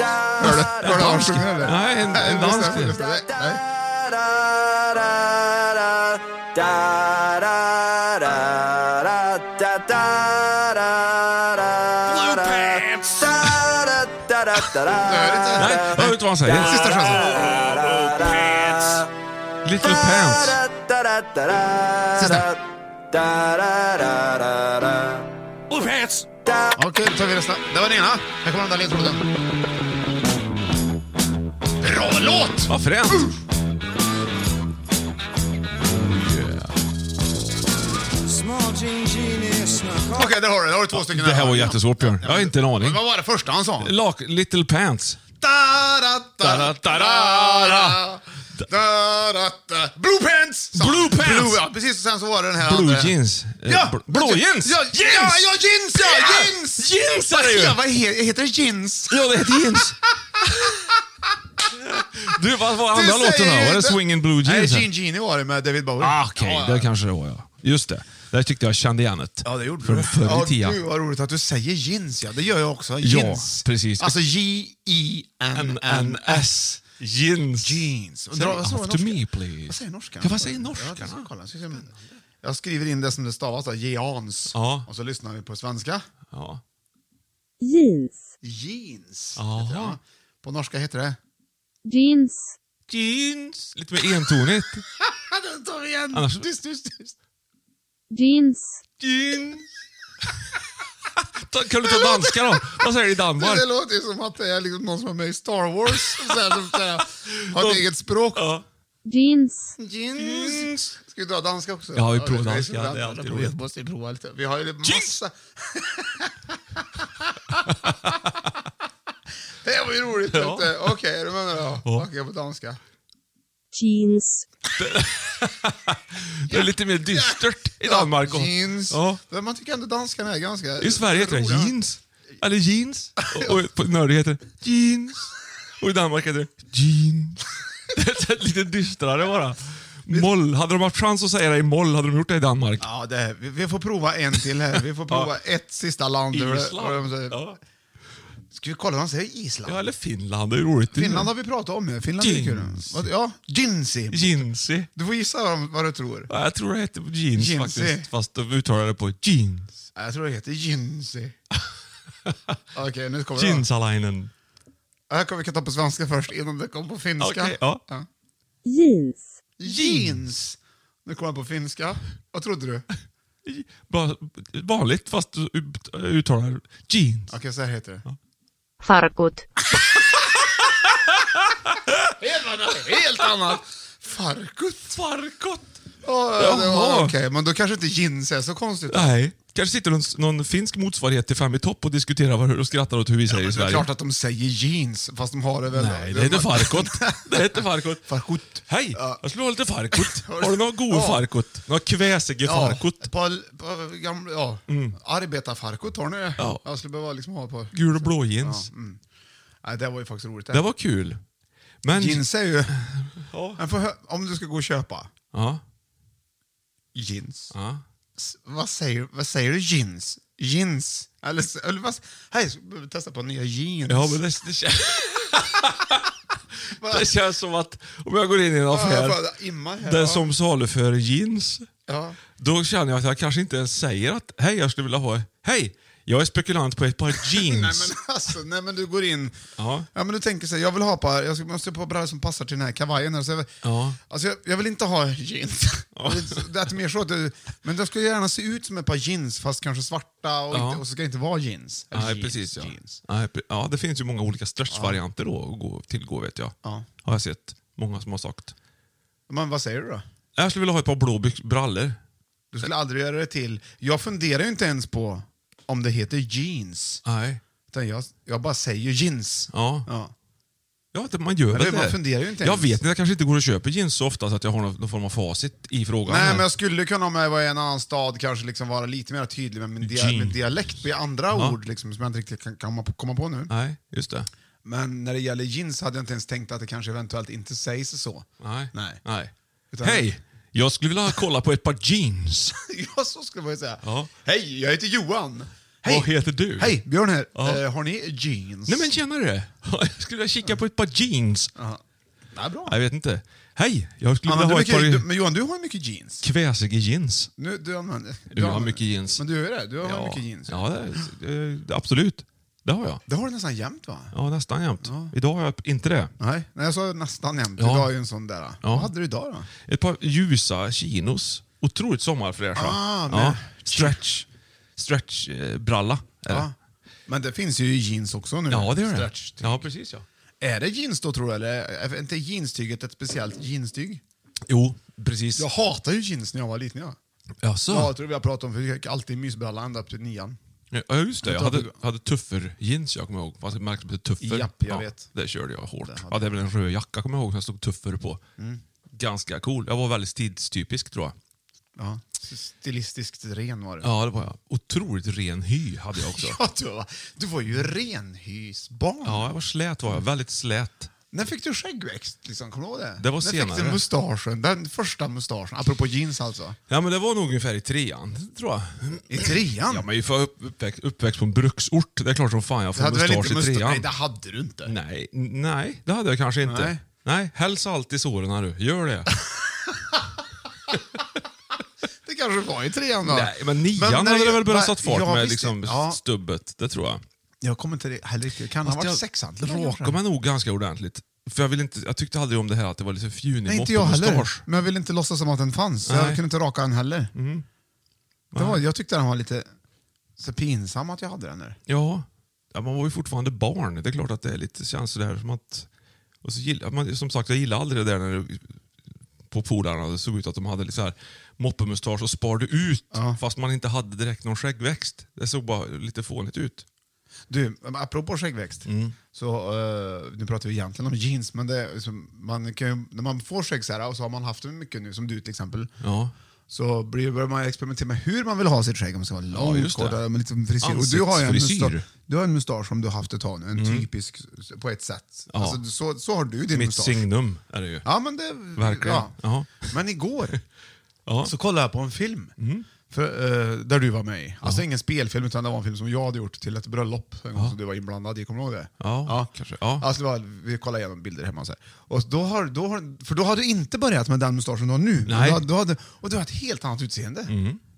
Speaker 2: Hör du? Hör du vad han sjunger eller? Eh,
Speaker 3: Nej, en, en
Speaker 2: lyssna,
Speaker 3: dansk.
Speaker 2: lyssna. Nej, nej. Du hör inte?
Speaker 3: Nej, jag hör inte vad han säger.
Speaker 2: Sista chansen.
Speaker 3: Little Pants.
Speaker 2: Sista. Okej, då tar vi nästa. Det var den ena. Här kommer den där ledtråden. Bra låt!
Speaker 3: Vad fränt.
Speaker 2: Okej, där har du det. Där har du två stycken.
Speaker 3: Det här var jättesvårt Björn. Jag har inte en aning.
Speaker 2: Vad var det första han sa?
Speaker 3: Lak, little Pants.
Speaker 2: Da-da, da-da, da-da, da-da, da. Blue pants! sa han.
Speaker 3: Blue pants!
Speaker 2: Blue, ja, precis, och sen så var det den här
Speaker 3: Blue
Speaker 2: andra.
Speaker 3: jeans. Eh,
Speaker 2: Ja!
Speaker 3: bl- Blå jeans!
Speaker 2: Ja, jeans! Ja, ja, jeans! Ja, jeans!
Speaker 3: Jeans är det ju!
Speaker 2: Ja, vad he- heter det? Jeans?
Speaker 3: Ja, det heter jeans. Du, vad var
Speaker 2: Du
Speaker 3: andra
Speaker 2: säger
Speaker 3: låten
Speaker 2: ju
Speaker 3: då? Var det
Speaker 2: inte-
Speaker 3: Swingin' Blue
Speaker 2: Nej,
Speaker 3: Jeans?
Speaker 2: Gene Genie var det med David Bowie.
Speaker 3: Ah, Okej,
Speaker 2: Ja, ja.
Speaker 3: det kanske det var ja. Just det. Där tyckte jag kände igen det.
Speaker 2: Ja, det gjorde
Speaker 3: Från
Speaker 2: du.
Speaker 3: förr
Speaker 2: Ja,
Speaker 3: i
Speaker 2: gud,
Speaker 3: tiden.
Speaker 2: vad roligt att du säger jeans, ja. Det gör jag också.
Speaker 3: Ja,
Speaker 2: Jeans.
Speaker 3: precis.
Speaker 2: Alltså J-I-N-N-S.
Speaker 3: Jeans.
Speaker 2: Jeans. Och dra-
Speaker 3: Say
Speaker 2: vad sa
Speaker 3: after
Speaker 2: norskan?
Speaker 3: me, please.
Speaker 2: Vad säger norskan?
Speaker 3: Ja, vad säger
Speaker 2: Ja, jag
Speaker 3: norskan?
Speaker 2: ska kolla. Jag ska se om- Jag skriver in det som det stavas, då, jeans.
Speaker 3: Ja.
Speaker 2: Och så lyssnar vi på svenska.
Speaker 3: Ja.
Speaker 6: jeans,
Speaker 2: Jeans.
Speaker 3: Jaha.
Speaker 2: heter det, va? På norska heter det...
Speaker 6: jeans,
Speaker 3: Jeans. Lite mer entonigt.
Speaker 2: Ja, den tar vi igen!
Speaker 3: Annars-
Speaker 2: Tyst, tyst, tyst.
Speaker 6: jeans,
Speaker 3: Jeans. Ta- Kan du ta danska då? Vad säger du i
Speaker 2: Det,
Speaker 3: Danmark?
Speaker 2: det låter ju som att det är liksom någon som är med i Star Wars, och så här, som så här, har ett
Speaker 3: De-
Speaker 2: eget språk.
Speaker 3: Ja.
Speaker 6: jeans,
Speaker 2: Jeans. Ska vi dra danska också?
Speaker 3: Ja, vi
Speaker 2: det-
Speaker 3: provar
Speaker 2: det är
Speaker 3: danska,
Speaker 2: så bra.
Speaker 3: det är alltid
Speaker 2: Vi
Speaker 3: roligt.
Speaker 2: måste prova lite. Vi har ju massa... det var ju roligt.
Speaker 3: Ja.
Speaker 2: vet du. Okej, är du med mig då?
Speaker 3: Ja.
Speaker 2: Okej, på danska.
Speaker 6: jeans,
Speaker 3: Det är lite mer dystert i Danmark. och-
Speaker 2: Jeans.
Speaker 3: Ja.
Speaker 2: Men man tycker ändå danskarna är ganska...
Speaker 3: I Sverige heter det
Speaker 2: roliga.
Speaker 3: jeans. Eller jeans. Och, och på Norge heter det jeans. Och i Danmark heter det jeans. Det är lite dystrare bara. Moll. Hade de haft chans att säga det i moll hade de gjort det i Danmark.
Speaker 2: Ja, det är, vi, vi får prova en till här. Vi får prova ett sista land.
Speaker 3: Island. Ja.
Speaker 2: Ska vi kolla vad han säger? Island?
Speaker 3: ja, eller Finland. Det är roligt.
Speaker 2: Finland har vi pratat om ju. Finland är ju kul.
Speaker 3: Jeans.
Speaker 2: Vad- Ja, jeansy.
Speaker 3: Jeansi.
Speaker 2: Du får gissa vad, vad du tror.
Speaker 3: Ja, Jag tror det heter jeans
Speaker 2: Jeansi.
Speaker 3: faktiskt. Fast de uttalar det på jeans.
Speaker 2: Ja, Jag tror det heter Jinsey. Okej, nu kommer det.
Speaker 3: Jeansalainen.
Speaker 2: då. Här kommer vi kan ta på svenska först innan det kommer på finska.
Speaker 3: Okej, ja.
Speaker 6: jeans,
Speaker 2: Jeans. Nu kommer jag på finska. Vad trodde du? Okej,
Speaker 3: Bara Vanligt fast du ut- uttalar jeans.
Speaker 2: så här heter det.
Speaker 8: farkut,
Speaker 2: Helt annat! Helt annat! Farkut.
Speaker 3: Farkott.
Speaker 2: Ja, ja, det var-
Speaker 3: Jaha.
Speaker 2: Okej, men då kanske inte jeans är så konstigt.
Speaker 3: Nej. Kanske sitter någon, någon finsk motsvarighet till Fem i topp och diskuterar vad, och skrattar åt hur vi säger i
Speaker 2: Det är
Speaker 3: Sverige.
Speaker 2: klart att de säger jeans, fast de har det väl...
Speaker 3: Nej, det heter farkot. Det heter farkot.
Speaker 2: Farkut.
Speaker 3: Hej,
Speaker 2: Ja.
Speaker 3: jag skulle ha lite farkot. Har du några goda
Speaker 2: Ja.
Speaker 3: farkot? Några kväsige farkot?
Speaker 2: på, på gamla... Ja. Arbetarfarkut har ni
Speaker 3: Mm. Ja.
Speaker 2: Jag skulle behöva liksom ha på... mm.
Speaker 3: Gul och blå jeans.
Speaker 2: Nej, det var ju faktiskt roligt.
Speaker 3: Det var kul. Men...
Speaker 2: Jeans är ju...
Speaker 3: Ja.
Speaker 2: Men får hö- om du ska gå och köpa
Speaker 3: Ja.
Speaker 2: jeans,
Speaker 3: ja.
Speaker 2: S- vad, säger, vad säger du jeans? Jeans? Eller, s- eller vad, s- hej, ska vi testa på nya jeans.
Speaker 3: Ja, men det, det, känns, det känns som att om jag går in i en
Speaker 2: Ja, jag
Speaker 3: affär
Speaker 2: bara immar här,
Speaker 3: där
Speaker 2: ja.
Speaker 3: som saluför jeans,
Speaker 2: Ja.
Speaker 3: då känner jag att jag kanske inte ens säger att hej, jag skulle vilja ha... Hej, Jag är spekulant på ett par
Speaker 2: Nej
Speaker 3: jeans.
Speaker 2: men, alltså, nej men du går in,
Speaker 3: Ja.
Speaker 2: ja, men du tänker så här, jag vill ha par, jag ska- måste ha på brallor som passar till den här kavajen. här, Så jag,
Speaker 3: Ja.
Speaker 2: alltså, jag, jag vill inte ha jeans. Jag vill inte- Det är mer så, att du, men de ska gärna se ut som ett par jeans fast kanske svarta och,
Speaker 3: Ja.
Speaker 2: inte, och så ska det inte vara jeans. Eller
Speaker 3: Nej,
Speaker 2: jeans,
Speaker 3: precis ja.
Speaker 2: jeans.
Speaker 3: Nej, pre- ja. Det finns ju många olika stretchvarianter då att gå, tillgå vet jag.
Speaker 2: Ja.
Speaker 3: Har jag sett. Många som har sagt.
Speaker 2: Men vad säger du då?
Speaker 3: Jag skulle vilja ha ett par blå byx- brallor.
Speaker 2: Du skulle aldrig göra det till. Jag funderar ju inte ens på om det heter jeans.
Speaker 3: Nej.
Speaker 2: Utan jag, jag bara säger jeans.
Speaker 3: Ja.
Speaker 2: Ja.
Speaker 3: Ja, det- man gör
Speaker 2: Men
Speaker 3: väl
Speaker 2: det- man
Speaker 3: det.
Speaker 2: funderar ju inte
Speaker 3: Jag
Speaker 2: ens.
Speaker 3: vet inte, jag kanske inte går och köper jeans så ofta så att jag har någon, någon form av facit i frågan.
Speaker 2: Nej,
Speaker 3: här.
Speaker 2: men jag skulle kunna om jag var i en annan stad kanske liksom vara lite mer tydlig med min, dia-
Speaker 3: Jeans.
Speaker 2: min dialekt på andra ord liksom, som jag inte riktigt kan komma på, komma på nu.
Speaker 3: Nej, just det.
Speaker 2: Men när det gäller jeans hade jag inte ens tänkt att det kanske eventuellt inte sägs så.
Speaker 3: Nej.
Speaker 2: Nej.
Speaker 3: Nej.
Speaker 2: Utan-
Speaker 3: Hej! Jag skulle vilja kolla på ett par jeans.
Speaker 2: ja, så skulle man ju säga.
Speaker 3: Ja.
Speaker 2: Hej, jag heter Johan. Hej.
Speaker 3: Vad heter du?
Speaker 2: Hej, Björn här.
Speaker 3: Ja.
Speaker 2: Eh, har ni jeans?
Speaker 3: Nej men tjenare! Jag skulle vilja kika på ett par jeans.
Speaker 2: Nej, bra.
Speaker 3: Jag vet inte. Hej! Jag skulle
Speaker 2: Använder
Speaker 3: vilja ha
Speaker 2: du
Speaker 3: ett par
Speaker 2: mycket, du, men Johan, du har ju mycket jeans.
Speaker 3: kväsiga jeans.
Speaker 2: Nu, du, använder,
Speaker 3: Du har mycket jeans.
Speaker 2: Men du gör det? Du har mycket jeans.
Speaker 3: Ja, det, eh, absolut. Det har jag.
Speaker 2: Det har du nästan jämt va?
Speaker 3: Ja, nästan jämt. Idag har jag inte det.
Speaker 2: Nej, nej jag sa nästan jämt.
Speaker 3: Ja.
Speaker 2: Idag är ju en sån där. Vad hade du idag då?
Speaker 3: Ett par ljusa chinos. Otroligt sommarfräscha.
Speaker 2: Ah, men-
Speaker 3: ja. Stretch. eh, Stretchbralla.
Speaker 2: Ja. Men det finns ju jeans också nu.
Speaker 3: ja, det gör det.
Speaker 2: Stretch.
Speaker 3: Ja, precis ja.
Speaker 2: Är det jeans då tror du, eller är inte jeanstyget ett speciellt jeanstyg?
Speaker 3: Jo, precis.
Speaker 2: Jag hatar ju jeans när jag var liten. Jag,
Speaker 3: Jaså?
Speaker 2: ja, jag tror vi har pratat om för jag gick alltid i mysbralla ända upp till nian.
Speaker 3: Ja, just det. Jag hade, hade tuffer-jeans, jag kommer ihåg. Fast ett märke som hette Tuffer.
Speaker 2: Japp, jag vet.
Speaker 3: Det körde jag hårt. Det hade väl en röd jacka, kommer jag ihåg, som jag stod Tuffer på.
Speaker 2: Mm.
Speaker 3: Ganska cool. Jag var väldigt tidstypisk, tror jag.
Speaker 2: Ja. Stilistiskt ren var du.
Speaker 3: Ja, det var jag. Otroligt ren hy hade jag också.
Speaker 2: Ja, du, var, du var ju renhysbarn.
Speaker 3: ja, jag var slät var jag. Väldigt slät.
Speaker 2: När fick du skäggväxt? Liksom? Kommer du ihåg det?
Speaker 3: Det var
Speaker 2: När fick
Speaker 3: senare.
Speaker 2: du mustaschen? Den första mustaschen, apropå jeans alltså.
Speaker 3: Ja, men det var nog ungefär i trean, tror jag.
Speaker 2: I trean?
Speaker 3: Ja, men jag var upp- uppväxt, uppväxt på en bruksort. Det är klart som fan jag
Speaker 2: du
Speaker 3: får
Speaker 2: hade väl
Speaker 3: mustasch
Speaker 2: inte
Speaker 3: i
Speaker 2: mustasch?
Speaker 3: trean.
Speaker 2: Nej, det hade du inte.
Speaker 3: Nej, nej, det hade jag kanske inte.
Speaker 2: Nej.
Speaker 3: Nej, häls allt i såren du. Gör det.
Speaker 2: Det kanske var i trean då.
Speaker 3: nej, men nian
Speaker 2: när
Speaker 3: hade det
Speaker 2: jag-
Speaker 3: väl börjat
Speaker 2: va-
Speaker 3: satt fart
Speaker 2: ja,
Speaker 3: med
Speaker 2: visst,
Speaker 3: liksom
Speaker 2: Ja,
Speaker 3: stubbet. Det tror jag.
Speaker 2: jag kommer inte det heller riktigt. Kan ha
Speaker 3: Fast
Speaker 2: varit
Speaker 3: jag
Speaker 2: sexan? Det kan jag
Speaker 3: Rakade
Speaker 2: göra.
Speaker 3: mig nog ganska ordentligt. För jag, vill inte, jag tyckte aldrig om det här att det var lite fjunig
Speaker 2: Nej, inte
Speaker 3: mopp
Speaker 2: jag
Speaker 3: och
Speaker 2: heller.
Speaker 3: mustasch.
Speaker 2: Men jag ville inte låtsas som att den fanns. Så
Speaker 3: Nej. Mm.
Speaker 2: jag kunde inte raka den heller. Det var, jag tyckte den var lite så pinsam att jag hade den där.
Speaker 3: Ja. ja, man var ju fortfarande barn. Det är klart att det är lite, känns sådär som att... Och så gillar, man, som sagt, jag gillade aldrig det där när det, på polarna. Det såg ut att de hade lite så här moppemustasch och sparade ut fast man inte hade direkt någon skäggväxt. Det såg bara lite fånigt ut.
Speaker 2: Du, apropå skäggväxt.
Speaker 3: Mm.
Speaker 2: Så, eh, nu pratar vi egentligen om jeans, men det, är som- man kan, ju- när man får skägg så här, och så har man haft det mycket nu, som du till exempel,
Speaker 3: Ja.
Speaker 2: så blir, börjar man experimentera med hur man vill ha sitt skägg. Om det ska vara långt,
Speaker 3: just det.
Speaker 2: kort, eller med liksom frisyr. Och du har ju en
Speaker 3: Ansiktsfrisyr.
Speaker 2: mustasch, du har en mustasch som du har haft ett tag nu, en typisk på ett sätt.
Speaker 3: Mm. Ja.
Speaker 2: Alltså, så, så har du din
Speaker 3: Mitt
Speaker 2: mustasch.
Speaker 3: signum är det ju.
Speaker 2: Ja, men det,
Speaker 3: Verkligen.
Speaker 2: Ja.
Speaker 3: Ja.
Speaker 2: Men igår
Speaker 3: Ja. Mm.
Speaker 2: så kollade jag på en film för, eh, där du var med i. Alltså ingen spelfilm, utan det var en film som jag hade gjort till ett bröllop en gång som du var inblandad i. Kommer du ihåg det?
Speaker 3: Ja, kanske. Ja.
Speaker 2: Alltså, det var, vi kollade igenom bilder hemma. Och så här. Och då har, då har, för då har du inte börjat med den mustaschen du har nu. Men
Speaker 3: Nej. Mm.
Speaker 2: Du, har- du hade, och du har ett helt annat utseende.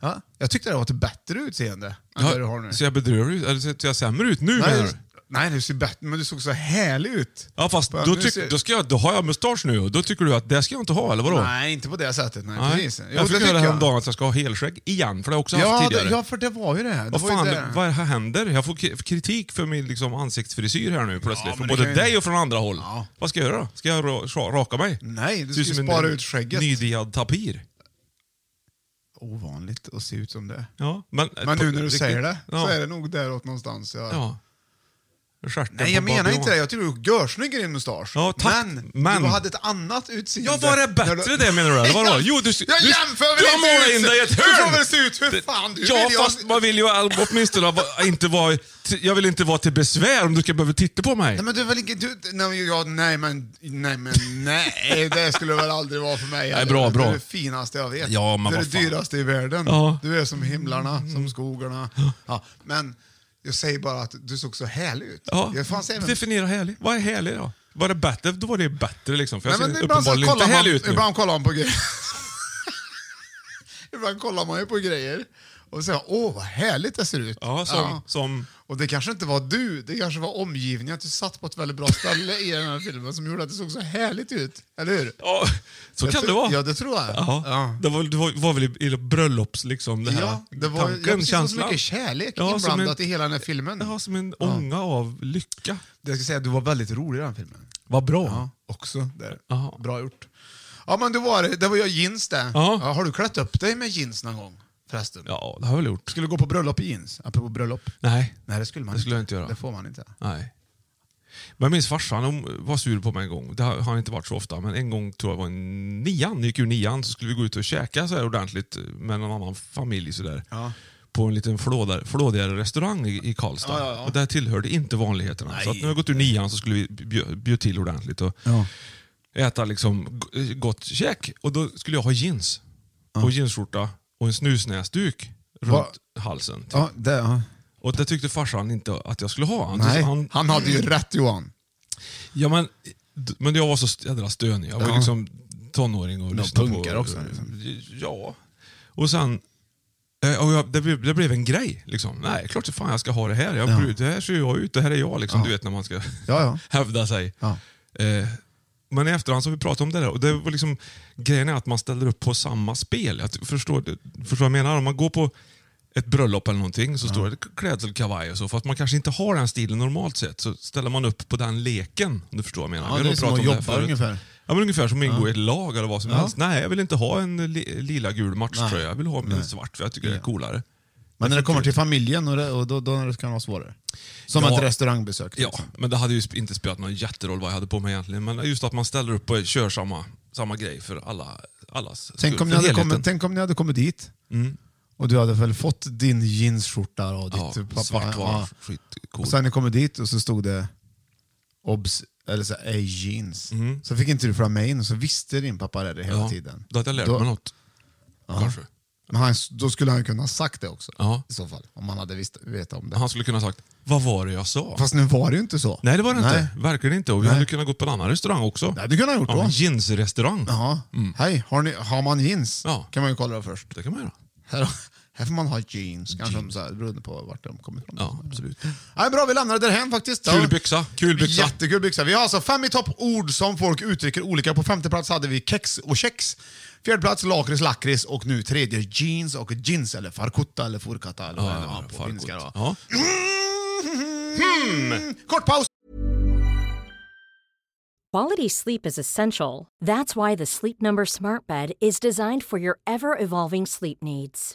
Speaker 2: Ja. Jag tyckte det var ett bättre utseende än det du har nu.
Speaker 3: Så jag bedrövar ut, eller så ser jag sämre ut nu menar
Speaker 2: nej,
Speaker 3: du?
Speaker 2: nej, du ser bättre, men du såg så härlig ut.
Speaker 3: Ja fast
Speaker 2: Men
Speaker 3: då,
Speaker 2: nu
Speaker 3: tyck,
Speaker 2: ser-
Speaker 3: då, ska jag, då har jag mustasch nu och då tycker du att det ska jag inte ha eller vadå?
Speaker 2: Nej, inte på det sättet. Nej,
Speaker 3: Nej.
Speaker 2: Precis. Jo,
Speaker 3: jag fick
Speaker 2: det
Speaker 3: höra
Speaker 2: tycker
Speaker 3: häromdagen att jag ska ha helskägg igen, för det har jag också haft
Speaker 2: Ja,
Speaker 3: tidigare.
Speaker 2: det, ja, för det var ju det. det
Speaker 3: Vad
Speaker 2: var ju
Speaker 3: fan,
Speaker 2: det.
Speaker 3: vad här händer? Jag får k- kritik för min liksom, ansiktsfrisyr här nu plötsligt.
Speaker 2: men
Speaker 3: från
Speaker 2: det
Speaker 3: både
Speaker 2: kan ju-
Speaker 3: dig och från andra håll.
Speaker 2: Ja.
Speaker 3: Vad ska jag göra då? Ska jag ra- ra- raka mig?
Speaker 2: Nej, du
Speaker 3: Ser ut
Speaker 2: ska ju
Speaker 3: som en-
Speaker 2: spara
Speaker 3: en
Speaker 2: ut skägget.
Speaker 3: Nydiad tapir.
Speaker 2: Ovanligt att se ut som det.
Speaker 3: Ja, men,
Speaker 2: Men
Speaker 3: på-
Speaker 2: nu när du
Speaker 3: riktigt-
Speaker 2: säger det
Speaker 3: ja.
Speaker 2: så är det nog däråt någonstans. Jag...
Speaker 3: Ja. Stjärten
Speaker 2: Nej,
Speaker 3: på
Speaker 2: jag menar
Speaker 3: Babylon.
Speaker 2: inte det. Jag tycker du är görsnygg i din mustasch.
Speaker 3: Ja, tack,
Speaker 2: men,
Speaker 3: men-
Speaker 2: du hade ett annat utseende.
Speaker 3: Ja, var det
Speaker 2: när
Speaker 3: bättre det menar du? Eller vadå? Jo, du,
Speaker 2: jag
Speaker 3: du,
Speaker 2: jämför väl
Speaker 3: du
Speaker 2: inte
Speaker 3: målar
Speaker 2: ut-
Speaker 3: in dig i ett
Speaker 2: Du
Speaker 3: hörn!
Speaker 2: får väl se ut hur fan du
Speaker 3: ja,
Speaker 2: vill. Jag-
Speaker 3: fast man vill ju all- åtminstone va- inte vara... Jag vill inte vara till besvär om du ska behöva titta på mig.
Speaker 2: Nej men du är väl inte... Du, nej, ja, nej men nej, men nej. Det skulle väl aldrig vara för mig.
Speaker 3: Nej, bra,
Speaker 2: Du
Speaker 3: bra.
Speaker 2: är det finaste jag vet.
Speaker 3: Ja, men
Speaker 2: du är
Speaker 3: vad
Speaker 2: det
Speaker 3: fan.
Speaker 2: dyraste i världen.
Speaker 3: Ja. Mm.
Speaker 2: Du är som himlarna, som skogarna. Ja, men jag säger bara att du såg så härlig ut.
Speaker 3: Ja.
Speaker 2: Jag fanns även...
Speaker 3: Definiera härlig. Vad är härlig då? Var det bättre? Då var det bättre liksom. För
Speaker 2: Nej,
Speaker 3: jag
Speaker 2: men
Speaker 3: ser
Speaker 2: ibland så
Speaker 3: uppenbarligen
Speaker 2: kollar
Speaker 3: inte härlig
Speaker 2: man,
Speaker 3: ut nu.
Speaker 2: ibland kollar man på grejer. ibland kollar man ju på grejer. Och så åh vad härligt det ser ut.
Speaker 3: Ja, som, som
Speaker 2: Och det kanske inte var du, det kanske var omgivningen, att du satt på ett väldigt bra ställe i den här filmen som gjorde att det såg så härligt ut. Eller hur?
Speaker 3: Ja, så
Speaker 2: Jag
Speaker 3: kan
Speaker 2: tror-
Speaker 3: det vara.
Speaker 2: Ja, det tror jag.
Speaker 3: Jaha.
Speaker 2: Ja.
Speaker 3: Det var, det var, var väl i, i bröllops, liksom, det här
Speaker 2: Ja, det var
Speaker 3: tanken,
Speaker 2: ja, precis, det var så
Speaker 3: känslan.
Speaker 2: mycket kärlek
Speaker 3: Ja, som
Speaker 2: inblandat
Speaker 3: en-
Speaker 2: i hela den här filmen.
Speaker 3: Ja, som en ånga av lycka.
Speaker 2: Jag ska säga att du var väldigt rolig i den här filmen.
Speaker 3: Vad bra.
Speaker 2: Ja, också. Där.
Speaker 3: Jaha.
Speaker 2: Bra gjort. Ja, men det var, det var jag jeans det.
Speaker 3: Ja.
Speaker 2: Ja, har du klätt upp dig med jeans någon gång? Förresten.
Speaker 3: Ja, det har jag väl gjort.
Speaker 2: Skulle du gå på bröllop i jeans? Apropå bröllop.
Speaker 3: Nej.
Speaker 2: Nej, det skulle man
Speaker 3: Det skulle jag inte göra.
Speaker 2: Det får man inte.
Speaker 3: Nej. Men jag minns farsan hon var sur på mig en gång. Det har har han inte varit så ofta, men en gång tror jag var i nian, gick ur nian, så skulle vi gå ut och käka så här ordentligt med någon annan familj så där.
Speaker 2: Ja.
Speaker 3: På en liten flådare, flådigare restaurang i, i Karlstad.
Speaker 2: Ja, ja, ja.
Speaker 3: Och där tillhörde inte vanligheterna. Så att när jag gått ur nian så skulle vi bjö- bjuda till ordentligt och
Speaker 2: Ja.
Speaker 3: äta liksom g- gott käk. Och då skulle jag ha jeans. Och jeansskjorta och en snusnäsduk runt halsen. typ.
Speaker 2: Ja, det, ja.
Speaker 3: Och det tyckte farsan inte att jag skulle ha. Han,
Speaker 2: Nej,
Speaker 3: han,
Speaker 2: han, hade ju rätt Johan.
Speaker 3: Ja, men, d- men jag var så jädra stönig. Jag var
Speaker 2: Ja.
Speaker 3: liksom tonåring och
Speaker 2: Ja,
Speaker 3: lyssnade
Speaker 2: punkare
Speaker 3: på...
Speaker 2: också, liksom.
Speaker 3: Ja. Och sen... eh, Och jag, det, blev, det blev en grej. Liksom.
Speaker 2: Mm.
Speaker 3: Nej, klart så fan jag ska ha det här. Jag, bryr- Det här ser jag ut, det här är jag. Liksom. Du vet när man ska
Speaker 2: Ja, ja.
Speaker 3: hävda sig.
Speaker 2: Ja.
Speaker 3: Eh, men i efterhand så har vi pratat om det där. Och det var liksom, grejen är att man ställer upp på samma spel. Jag förstår, förstår vad jag menar? Om man går på ett bröllop eller någonting så står det klädselkavaj och så. Fast man kanske inte har den stilen normalt sett så ställer man upp på den leken. Om du förstår vad jag menar.
Speaker 2: Ja,
Speaker 3: Vi har
Speaker 2: det
Speaker 3: nog
Speaker 2: är som
Speaker 3: pratat
Speaker 2: att
Speaker 3: om här
Speaker 2: jobba
Speaker 3: förut.
Speaker 2: ungefär.
Speaker 3: Ja, men ungefär som att ingå i ett lag eller vad som helst. Nej, jag vill inte ha en li, lila gul matchtröja.
Speaker 2: Nej.
Speaker 3: Jag vill ha min svart för jag tycker det är coolare.
Speaker 2: Men när det kommer till familjen, och det, och då, då kan det vara svårare. Som
Speaker 3: Ja.
Speaker 2: ett restaurangbesök. liksom. till
Speaker 3: Ja,
Speaker 2: exempel.
Speaker 3: men det hade ju sp- inte spelat någon jätteroll vad jag hade på mig egentligen. Men just att man ställer upp och kör samma, samma grej för alla, allas
Speaker 2: Tänk,
Speaker 3: skull,
Speaker 2: om ni
Speaker 3: för
Speaker 2: hade
Speaker 3: helheten.
Speaker 2: kommit, tänk om ni hade kommit dit och du hade väl fått din jeansskjorta och ditt
Speaker 3: Mm. Ja,
Speaker 2: typ pappa.
Speaker 3: svart var
Speaker 2: ja.
Speaker 3: skitcool.
Speaker 2: Och sen när ni kommer dit och så stod det obs, eller så här, ej jeans. Så fick inte du fram mig in och så visste din pappa det hela
Speaker 3: Mm. ja,
Speaker 2: tiden.
Speaker 3: Då hade jag lärt
Speaker 2: Då-
Speaker 3: mig något. Kanske.
Speaker 2: Men han, då skulle han ju kunna ha sagt det också.
Speaker 3: Ja.
Speaker 2: I så fall. Om han hade visst, vetat om det.
Speaker 3: Han skulle kunna ha sagt, vad var det jag sa?
Speaker 2: Fast nu var det ju inte så.
Speaker 3: Nej, det var det
Speaker 2: Nej.
Speaker 3: inte. Verkligen inte. Och vi
Speaker 2: Nej.
Speaker 3: hade kunnat gå på en annan restaurang också.
Speaker 2: Det hade du kunnat ha gjort
Speaker 3: Ja,
Speaker 2: då.
Speaker 3: en jeansrestaurang.
Speaker 2: Ja. Hej, har, ni, har man jeans?
Speaker 3: Ja.
Speaker 2: kan man ju kolla det först.
Speaker 3: Det kan man göra.
Speaker 2: Här, här får man ha jeans, kanske om så här, beroende på vart de kommer ifrån.
Speaker 3: Ja, absolut.
Speaker 2: Nej, bra, vi lämnar det därhän faktiskt.
Speaker 3: Kul byxa, kul byxa.
Speaker 2: Jättekul byxa. Vi har alltså fem i topp ord som folk uttrycker olika. På femte plats hade vi kex och kex. Fjärde plats lakrits, lakrits och nu tredje jeans och jeans eller farkutta eller furkata eller vad det var på
Speaker 3: farkot.
Speaker 2: finska. då.
Speaker 3: Ja.
Speaker 2: Mm. Kort paus!
Speaker 9: Quality sleep is essential. That's why the Sleep Number Smart Bed is designed for your ever evolving sleep needs.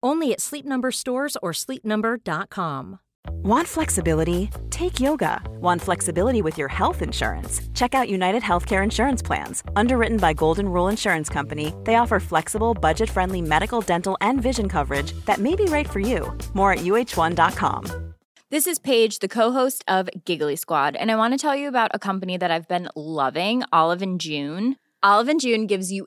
Speaker 9: Only at Sleep Number stores or sleepnumber.com.
Speaker 10: Want flexibility? Take yoga. Want flexibility with your health insurance? Check out United Healthcare Insurance Plans. Underwritten by Golden Rule Insurance Company, they offer flexible, budget friendly medical, dental, and vision coverage that may be right for you. More at uh1.com.
Speaker 8: This is Paige, the co-host of Giggly Squad, and I want to tell you about a company that I've been loving, Olive and June. Olive and June gives you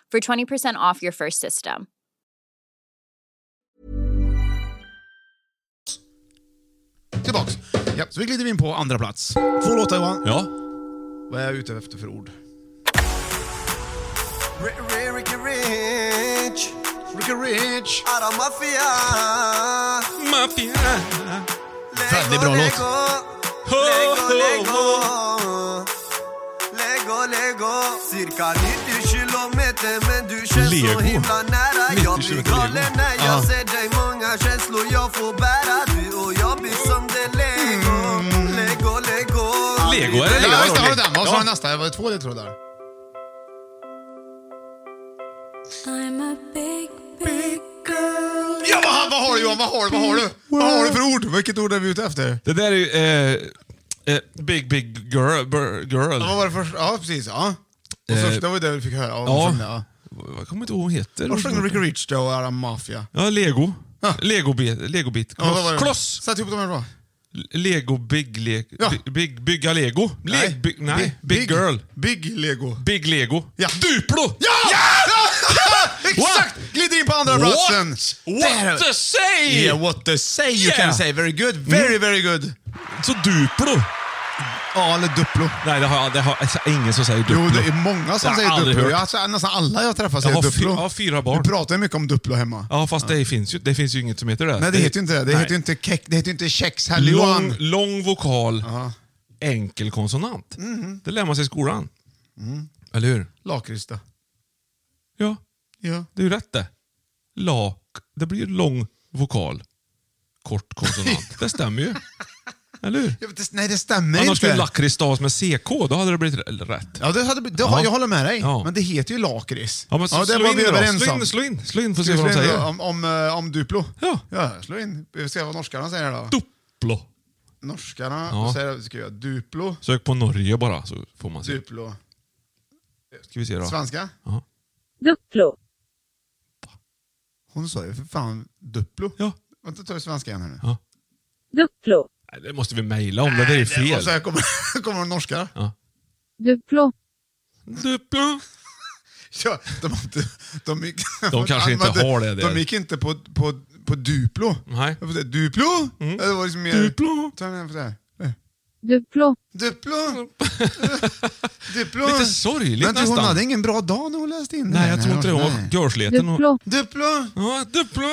Speaker 8: for 20% off your first system.
Speaker 2: Tillbaks. Ja, så vi glider in på andra plats. Två låtar Johan.
Speaker 3: ja.
Speaker 2: Vad är jag ute efter för ord?
Speaker 5: Ricky Rich,
Speaker 2: Ricky Rich!
Speaker 5: Ara Mafia.
Speaker 3: Mafia.
Speaker 2: Väldigt bra låt.
Speaker 3: Ho, ho, ho.
Speaker 5: Lego, lego. Cirka 90 kilometer Du känns
Speaker 3: Lego.
Speaker 5: så himla nära Jag
Speaker 3: Mitt i
Speaker 5: blir
Speaker 3: köket, Lego.
Speaker 5: galen när jag ser dig Många känslor jag får bära Du och jag blir som det Lego Lego, Lego
Speaker 3: Lego är det
Speaker 2: Ja, just det. Har du
Speaker 3: Lego?
Speaker 2: den? Och så
Speaker 3: Ja.
Speaker 2: har du nästa. Det var två ledtrådar.
Speaker 4: I'm a big, big
Speaker 2: Ja, vad, vad har du Johan? Vad har du? Vad har du? Vad har du för ord? Vilket ord är vi ute efter?
Speaker 3: Det där är ju... Eh, eh, big, big girl. bur- girl.
Speaker 2: Ja, vad var det först? Ja, precis. Ja. Och så,
Speaker 3: Eh,
Speaker 2: det var ju det vi fick höra. Ja.
Speaker 3: ja.
Speaker 2: hon sjöng det, ja.
Speaker 3: Jag kommer inte ihåg vad hon heter.
Speaker 2: Vad sjöng Ricky Rich då och Adam Mafia?
Speaker 3: Ja, Lego.
Speaker 2: Ja.
Speaker 3: Lego-bit. Lego-bit.
Speaker 2: Ja, vad var det?
Speaker 3: Kloss. Kloss.
Speaker 2: Sätt ihop dem här bra.
Speaker 3: Lego, big, le,
Speaker 2: Ja.
Speaker 3: bi- big, bygga Lego. Le, nej. Big, nej. Big, girl.
Speaker 2: Big Lego.
Speaker 3: Big Lego.
Speaker 2: Ja.
Speaker 3: Duplo!
Speaker 2: Ja! Exakt! Glider in på andra platsen.
Speaker 3: What
Speaker 2: Där.
Speaker 3: to say!
Speaker 2: Yeah, what to say you
Speaker 3: Yeah.
Speaker 2: can say. Very good. Very,
Speaker 3: Mm.
Speaker 2: very good.
Speaker 3: Så Duplo?
Speaker 2: Ja, eller Duplo.
Speaker 3: Nej, det har, jag- det har alltså, ingen som säger Duplo.
Speaker 2: Jo, det är många som
Speaker 3: Jag har
Speaker 2: säger
Speaker 3: aldrig
Speaker 2: Duplo.
Speaker 3: hört.
Speaker 2: Jag, alltså, nästan alla jag träffar säger
Speaker 3: Jag har fy-
Speaker 2: Duplo.
Speaker 3: jag har fyra barn.
Speaker 2: Vi pratar ju mycket om Duplo hemma.
Speaker 3: Ja, fast Det, finns ju, det finns ju inget som heter det.
Speaker 2: Nej, det heter ju inte det. Det
Speaker 3: nej.
Speaker 2: heter ju inte kex, det heter ju inte kex heller
Speaker 3: Lång,
Speaker 2: Johan.
Speaker 3: lång vokal, enkel konsonant.
Speaker 2: Mhm.
Speaker 3: Det lär man sig i skolan.
Speaker 2: Mm.
Speaker 3: Eller hur?
Speaker 2: Lakrits då.
Speaker 3: Ja,
Speaker 2: Ja.
Speaker 3: det är ju rätt det. Lak. Det blir ju lång vokal, kort konsonant. det stämmer ju. Eller hur?
Speaker 2: Ja, men det- Nej, det stämmer
Speaker 3: Annars skulle
Speaker 2: inte.
Speaker 3: lakrits stavas med CK, då hade det blivit r- rätt.
Speaker 2: Ja, det hade, det,
Speaker 3: Ja.
Speaker 2: Jag håller med dig,
Speaker 3: Ja.
Speaker 2: men det heter ju lakrits.
Speaker 3: Ja, men så
Speaker 2: det
Speaker 3: slå,
Speaker 2: var
Speaker 3: in
Speaker 2: vi
Speaker 3: det då.
Speaker 2: överens
Speaker 3: slå
Speaker 2: om.
Speaker 3: in slå in, slå in för att
Speaker 2: Ska
Speaker 3: se
Speaker 2: vi
Speaker 3: vad de
Speaker 2: slå in då
Speaker 3: säger.
Speaker 2: om, om, eh, om Duplo?
Speaker 3: Ja.
Speaker 2: ja, slå in. Vi ska se vad norskarna säger då.
Speaker 3: Duplo.
Speaker 2: Norskarna
Speaker 3: Ja.
Speaker 2: säger att vi ska göra Duplo,
Speaker 3: Sök på Norge bara så får man se.
Speaker 2: Duplo.
Speaker 3: Ska vi se då.
Speaker 2: Svenska?
Speaker 6: Duplo.
Speaker 2: Hon sa ju för fan Duplo.
Speaker 3: Ja.
Speaker 2: Vänta, tar vi svenska igen här nu.
Speaker 6: Duplo.
Speaker 3: Nej, Det måste vi mejla om, det där är ju
Speaker 2: Och så
Speaker 3: fel.
Speaker 2: här kommer, kommer de norska.
Speaker 6: Duplo.
Speaker 3: Duplo.
Speaker 2: Ja, de, har inte- de, gick,
Speaker 3: De kanske inte
Speaker 2: använde-
Speaker 3: har det där.
Speaker 2: De gick inte på, på, på Duplo.
Speaker 3: Nej. Mm.
Speaker 2: Varför det? Duplo? Det var liksom mer...
Speaker 3: Duplo.
Speaker 2: Ta den här för det här.
Speaker 6: Duplo.
Speaker 2: Duplo! Duplo!
Speaker 3: Lite sorgligt
Speaker 2: Men du, hon
Speaker 3: nästan.
Speaker 2: hade ingen bra dag när hon läste in
Speaker 3: Nej,
Speaker 2: det.
Speaker 3: jag tror inte det. Hon var
Speaker 2: Nej.
Speaker 3: görsleten. och-
Speaker 6: Duplo.
Speaker 2: Duplo!
Speaker 3: Ja, Duplo.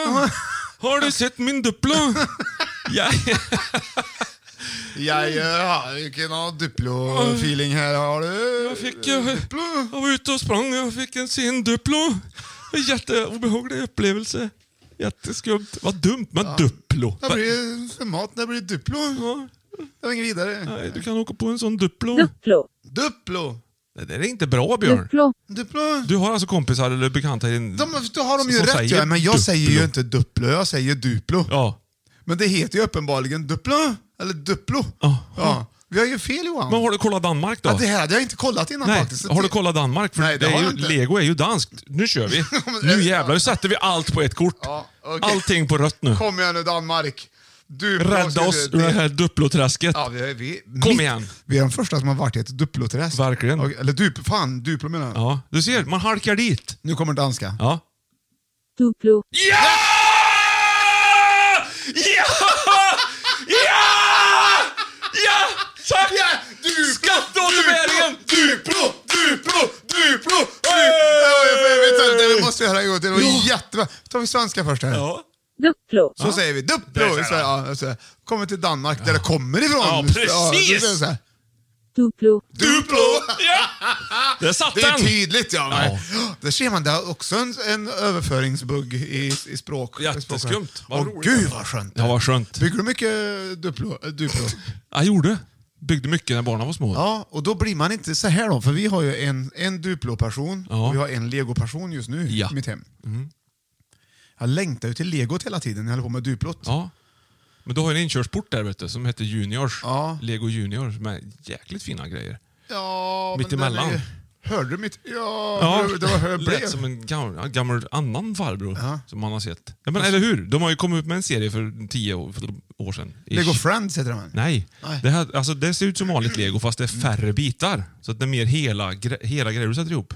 Speaker 3: Har du sett min Duplo? Ja.
Speaker 2: Jag eh, har ju kunnat ha Duplo-feeling här. Har du?
Speaker 3: Jag fick... Jag, jag var ute och sprang och jag fick en sin Duplo. En jätteobehaglig upplevelse. Jätteskumt. Vad dumt, men Duplo.
Speaker 2: Det blir för mat, det blir Duplo.
Speaker 3: Ja,
Speaker 2: Det var inget vidare.
Speaker 3: nej, du kan åka på en sån Duplo.
Speaker 6: Duplo.
Speaker 2: Duplo!
Speaker 3: Det där är inte bra, Björn.
Speaker 6: Duplo.
Speaker 2: Duplo!
Speaker 3: Du har alltså kompisar eller bekanta i din...
Speaker 2: De, då har de ju
Speaker 3: som
Speaker 2: rätt,
Speaker 3: säger
Speaker 2: ja, men jag säger ju
Speaker 3: Duplo.
Speaker 2: inte Duplo, jag säger Duplo.
Speaker 3: Ja.
Speaker 2: Men det heter ju uppenbarligen Duplo, eller Duplo.
Speaker 3: Aha.
Speaker 2: Ja. Vi har ju fel Johan.
Speaker 3: Men har du kollat Danmark då?
Speaker 2: ja, det här hade jag inte kollat innan
Speaker 3: Nej,
Speaker 2: faktiskt. Så
Speaker 3: har du
Speaker 2: det-
Speaker 3: kollat Danmark? För
Speaker 2: Nej, det
Speaker 3: det
Speaker 2: har
Speaker 3: är ju,
Speaker 2: jag inte.
Speaker 3: Lego är ju danskt. Nu kör vi.
Speaker 2: men-
Speaker 3: nu jävlar, nu sätter vi allt på ett kort.
Speaker 2: Ja, okej.
Speaker 3: Allting på rött nu.
Speaker 2: Kom igen nu Danmark. Duplo, ska
Speaker 3: Rädda
Speaker 2: vi-
Speaker 3: oss ur det här Duploträsket.
Speaker 2: Ja, vi, vi,
Speaker 3: Kom
Speaker 2: mitt-
Speaker 3: igen.
Speaker 2: Vi är de första som har varit i ett Duploträsk.
Speaker 3: Verkligen.
Speaker 2: Och- Eller Duplo, fan Duplo menar jag.
Speaker 3: Ja, du ser, man halkar dit.
Speaker 2: Nu kommer danska.
Speaker 3: Ja.
Speaker 6: Duplo.
Speaker 3: Ja! Ja! Ja! Ja! Tack!
Speaker 2: Ja, Duplo,
Speaker 3: Skatteåterbäringen!
Speaker 2: Duplo, Duplo, Duplo! Duplo. Vi måste höra en gång till. Det var
Speaker 3: Ja.
Speaker 2: jättebra. tar vi svenska först här.
Speaker 3: Ja,
Speaker 6: Duplo.
Speaker 2: Så säger vi Duplo
Speaker 3: Där
Speaker 2: i
Speaker 3: ser
Speaker 2: Sverige. Ja, så här. Kommer till Danmark där det kommer ifrån.
Speaker 3: Ja,
Speaker 2: så
Speaker 3: precis.
Speaker 2: säger vi så här,
Speaker 6: Duplo.
Speaker 2: Duplo!
Speaker 3: ja! Där satt
Speaker 2: Det är
Speaker 3: den!
Speaker 2: tydligt ja. men- Där ser man, det är också en, en överföringsbugg i, i språk.
Speaker 3: Jätteskumt. Vad
Speaker 2: Vad
Speaker 3: roligt.
Speaker 2: gud vad skönt.
Speaker 3: Ja, vad skönt.
Speaker 2: Bygger du mycket Duplo? eh, duplo?
Speaker 3: Jag gjorde. Byggde mycket när barnen var små.
Speaker 2: Ja, och då blir man inte så här då, för vi har ju en, en Duplo-person
Speaker 3: Ja.
Speaker 2: och vi har en Lego-person just nu
Speaker 3: Ja. Mm.
Speaker 2: i mitt hem. Jag längtar ju till Legot hela tiden när jag höll på med Duplot.
Speaker 3: Ja. Men du har ju en inkörsport där vet du, som heter Juniors.
Speaker 2: Ja.
Speaker 3: Lego Juniors med jäkligt fina grejer.
Speaker 2: Ja,
Speaker 3: Mitt
Speaker 2: men den är
Speaker 3: emellan.
Speaker 2: ju- Hörde du mitt... Ja, det var hör,
Speaker 3: lät
Speaker 2: blev.
Speaker 3: som en gammal, gammal annan farbror som man har sett. Ja, men, eller hur? De har ju kommit ut med en serie för tio år, för år sedan. Ish.
Speaker 2: Lego Friends heter den väl?
Speaker 3: Nej.
Speaker 2: Nej. Mm.
Speaker 3: Det, här, alltså, det ser ut som vanligt lego fast det är färre bitar. Så att det är mer hela, gre- hela grejer du sätter ihop.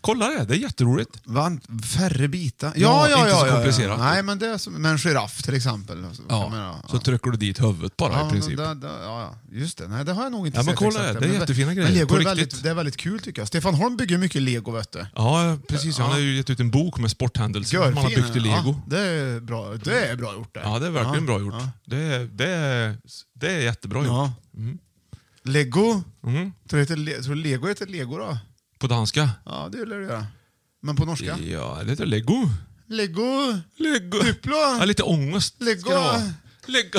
Speaker 3: Kolla det, det är jätteroligt.
Speaker 2: Va? Färre bitar?
Speaker 3: Ja, inte så komplicerat.
Speaker 2: Nej, men det är som med en giraff till exempel. Så, jag menar,
Speaker 3: Så trycker du dit huvudet bara i princip.
Speaker 2: Ja, men det- det- ja, ja. just det. Nej, det har jag nog inte
Speaker 3: Ja,
Speaker 2: sett.
Speaker 3: men kolla
Speaker 2: exakt
Speaker 3: det.
Speaker 2: än.
Speaker 3: Det är
Speaker 2: Men-
Speaker 3: jättefina
Speaker 2: men
Speaker 3: grejer,
Speaker 2: Lego
Speaker 3: på
Speaker 2: är
Speaker 3: riktigt.
Speaker 2: väldigt, det är väldigt kul tycker jag. Stefan Holm bygger mycket lego vet du.
Speaker 3: Ja, precis. Han har ju gett ut en bok med sporthändelser man har
Speaker 2: Görfin,
Speaker 3: byggt i lego.
Speaker 2: Ja, det, är bra, det är bra gjort det.
Speaker 3: Ja, det är verkligen
Speaker 2: Ja,
Speaker 3: bra gjort.
Speaker 2: ja.
Speaker 3: Det, är, det, är, det är jättebra gjort.
Speaker 2: Ja. Lego?
Speaker 3: Mm.
Speaker 2: Tror du heter le- tror du lego heter lego då?
Speaker 3: På danska.
Speaker 2: Ja, det lär det göra. Men på norska?
Speaker 3: Ja, lite lego.
Speaker 2: Lego.
Speaker 3: Lego.
Speaker 2: Duplo.
Speaker 3: Ja, Typ. lite ångest ska
Speaker 2: Lego.
Speaker 3: det vara. Lego.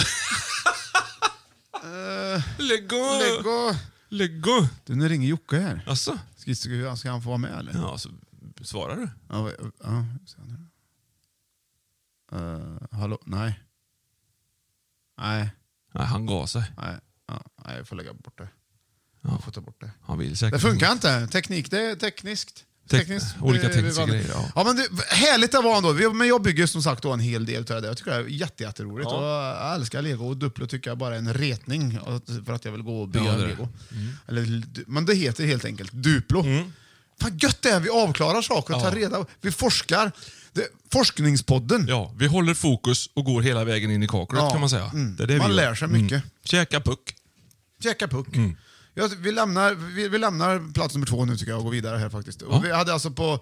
Speaker 3: Eh. Lego.
Speaker 2: Lego.
Speaker 3: Lego.
Speaker 2: Du, nu ringer Jocke här.
Speaker 3: Alltså.
Speaker 2: Ska, ska, ska han få vara med eller?
Speaker 3: Ja, så svarar du.
Speaker 2: Ja, vad- ja, hur ser han ut? Eh, hallå? Nej. Nej.
Speaker 3: Nej, han gav sig.
Speaker 2: Nej. Ja, nej, jag får lägga bort det. Jag får ta bort det.
Speaker 3: Han vill säkert.
Speaker 2: Det funkar inte. Teknik, det är tekniskt.
Speaker 3: Tek-
Speaker 2: Tekniskt,
Speaker 3: olika
Speaker 2: det- det
Speaker 3: tekniska
Speaker 2: vann.
Speaker 3: grejer, ja.
Speaker 2: ja. men det, härligt det var ändå. Vi- Men jag bygger som sagt då en hel del av det där. Jag tycker det är jätte, jätteroligt. Och jag älskar lego och Duplo tycker jag bara är en retning och- för att jag vill gå och bygga
Speaker 3: Ja, det är det. Mm.
Speaker 2: lego. Eller, men det heter helt enkelt Duplo. Fan gött det är, vi avklarar saker och tar reda på. Vi forskar. Det, forskningspodden.
Speaker 3: Ja, vi håller fokus och går hela vägen in i kaklet
Speaker 2: Ja,
Speaker 3: kan man säga.
Speaker 2: mm.
Speaker 3: Det är det vi
Speaker 2: Man
Speaker 3: gör. Mm.
Speaker 2: lär sig mycket.
Speaker 3: Käka puck.
Speaker 2: Käka puck. Ja, vi, lämnar, vi, vi lämnar plats nummer två nu tycker jag och går vidare här faktiskt.
Speaker 3: Ja.
Speaker 2: Och vi hade alltså på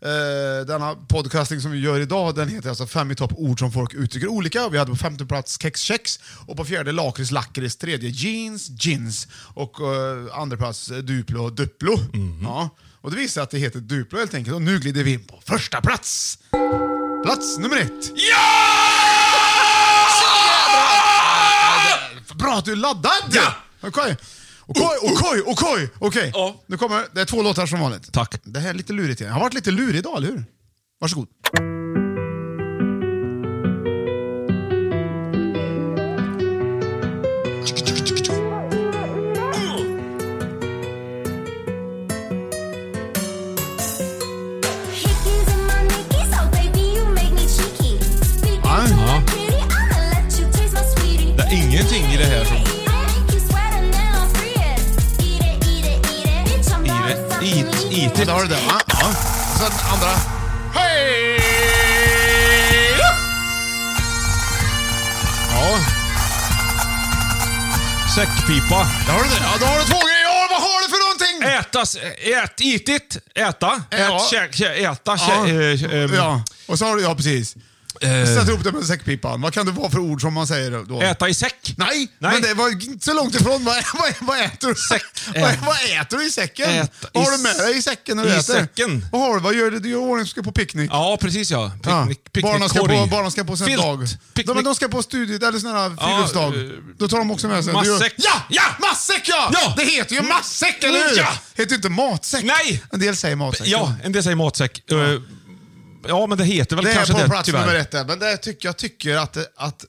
Speaker 2: eh, denna podcasting som vi gör idag, den heter alltså Fem i topp ord som folk uttrycker olika. Och Vi hade på femte plats kex kex och på fjärde lakrits lakrits, tredje jeans jeans och eh, andra plats eh, duplo duplo. Ja. Och det visar att det heter duplo helt enkelt och nu glider vi in på första plats. Plats nummer ett. Bra att du är laddad!
Speaker 3: Ja! Oh,
Speaker 2: Okej. Okej, okej, okej, okej.
Speaker 3: Ja.
Speaker 2: Nu kommer det är två låtar som vanligt.
Speaker 3: Tack.
Speaker 2: Det här är lite lurigt igen. Jag har varit lite lurig idag, eller hur? Varsågod.
Speaker 3: Ja. Det är ingenting i det här som... I det... I, i,
Speaker 2: Ja, då har du den va? Ja. Och sen andra. Hej!
Speaker 3: Ja. Säckpipa.
Speaker 2: Där har du det. Ja, då har du två grejer. Ja, vad har du för någonting?
Speaker 3: Ätas, ät, itit, äta, ät,
Speaker 2: Ja.
Speaker 3: käk, kä, äta,
Speaker 2: Ja.
Speaker 3: kä, eh, ehm,
Speaker 2: ja, och så har du, ja precis. Sätt ihop det med säckpipan. Vad kan det vara för ord som man säger då?
Speaker 3: äta i säck.
Speaker 2: Nej,
Speaker 3: Nej.
Speaker 2: men det var inte så långt ifrån. Vad, vad, vad, äter, du?
Speaker 3: Säck-
Speaker 2: vad,
Speaker 3: ät.
Speaker 2: vad äter du i säcken?
Speaker 3: Ät
Speaker 2: vad
Speaker 3: i
Speaker 2: har du med dig i säcken när du
Speaker 3: i
Speaker 2: äter?
Speaker 3: säcken.
Speaker 2: Vad har du? Vad gör du? Du gör ordning, du ska på picknick.
Speaker 3: Ja, precis ja. Picknick,
Speaker 2: Ja.
Speaker 3: picknickkorg.
Speaker 2: barnen, ska på, barnen ska på sin
Speaker 3: Filt.
Speaker 2: dag. De, men
Speaker 3: Picknick.
Speaker 2: de ska på studie, eller sån här friluftsdag.
Speaker 3: eh,
Speaker 2: Då tar de också med sig... du gör-
Speaker 3: matsäck.
Speaker 2: Ja! ja! Matsäck ja!
Speaker 3: Ja! Mm.
Speaker 2: Det heter ju matsäck, eller hur?
Speaker 3: Ja!
Speaker 2: Heter ju inte matsäck.
Speaker 3: Nej!
Speaker 2: En del säger matsäck.
Speaker 3: Ja, en del säger matsäck. Ja, ja men det heter väl
Speaker 2: Det är
Speaker 3: kanske
Speaker 2: på
Speaker 3: det
Speaker 2: plats
Speaker 3: tyvärr.
Speaker 2: nummer ett där, men det tycker, jag tycker att... det- att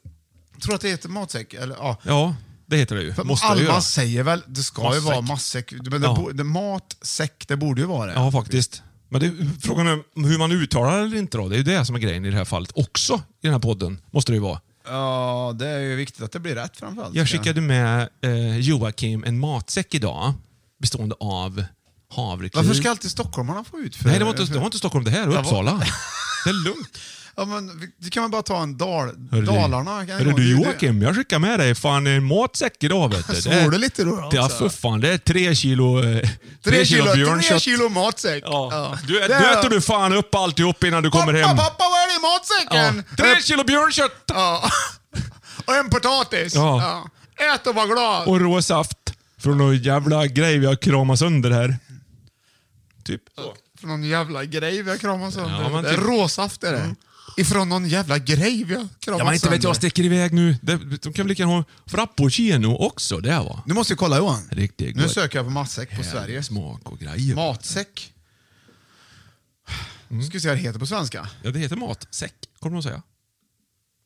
Speaker 2: tror att det heter matsäck? Eller, ja.
Speaker 3: Ja, det heter det ju.
Speaker 2: För
Speaker 3: Måste det
Speaker 2: Alma
Speaker 3: ju göra.
Speaker 2: säger väl, det ska ju
Speaker 3: Matsäck.
Speaker 2: vara matsäck. Men det,
Speaker 3: Ja.
Speaker 2: bo, det, matsäck, det borde ju vara det.
Speaker 3: Ja, faktiskt. Men det, frågan är hur man uttalar det eller inte då. Det är ju det som är grejen i det här fallet också. I den här podden måste det ju vara.
Speaker 2: Ja, det är ju viktigt att det blir rätt framförallt.
Speaker 3: Jag skickade med eh, Joakim en matsäck idag bestående av havreklyv.
Speaker 2: Varför ska alltid stockholmarna få ut för
Speaker 3: Nej, det var, inte,
Speaker 2: för-
Speaker 3: det var inte Stockholm det här. Det var Uppsala. Det är lugnt.
Speaker 2: Ja, men, vi- det kan man bara ta en dal,
Speaker 3: Hörru,
Speaker 2: Dalarna.
Speaker 3: Hörru du Joakim, jag skickar med dig fan en matsäck idag vet du.
Speaker 2: Svor
Speaker 3: är-
Speaker 2: du lite då,
Speaker 3: Det är
Speaker 2: alltså?
Speaker 3: för fan, det är tre kilo, eh, tre
Speaker 2: Tre kilo, tre
Speaker 3: björnkött.
Speaker 2: kilo matsäck.
Speaker 3: Ja.
Speaker 2: Ja.
Speaker 3: Du,
Speaker 2: Det
Speaker 3: ä- du äter du fan upp alltihop innan du kommer
Speaker 2: pappa,
Speaker 3: hem.
Speaker 2: Pappa, vad är det i
Speaker 3: Ja.
Speaker 2: matsäcken?
Speaker 3: Tre kilo björnkött
Speaker 2: Ja. Och en potatis.
Speaker 3: Ja.
Speaker 2: Ja. Ät och var glad.
Speaker 3: och rå saft från någon jävla grej vi har kramat sönder här. Typ så.
Speaker 2: Från någon jävla grej vi har kramat sönder.
Speaker 3: Ja, men
Speaker 2: det är
Speaker 3: typ-
Speaker 2: råsaft är det. Ifrån någon jävla grej vi har kramat
Speaker 3: Ja, men inte
Speaker 2: sönder.
Speaker 3: vet jag, sticker iväg nu. De, de kan väl lika gärna ha frappuccino också, det va?
Speaker 2: Nu måste vi kolla Johan.
Speaker 3: Riktigt
Speaker 2: nu
Speaker 3: gott.
Speaker 2: söker jag på matsäck på Sverige.
Speaker 3: Smak och grejer.
Speaker 2: Matsäck. Ska vi se vad det heter på svenska.
Speaker 3: Ja, det heter matsäck, kommer de säga.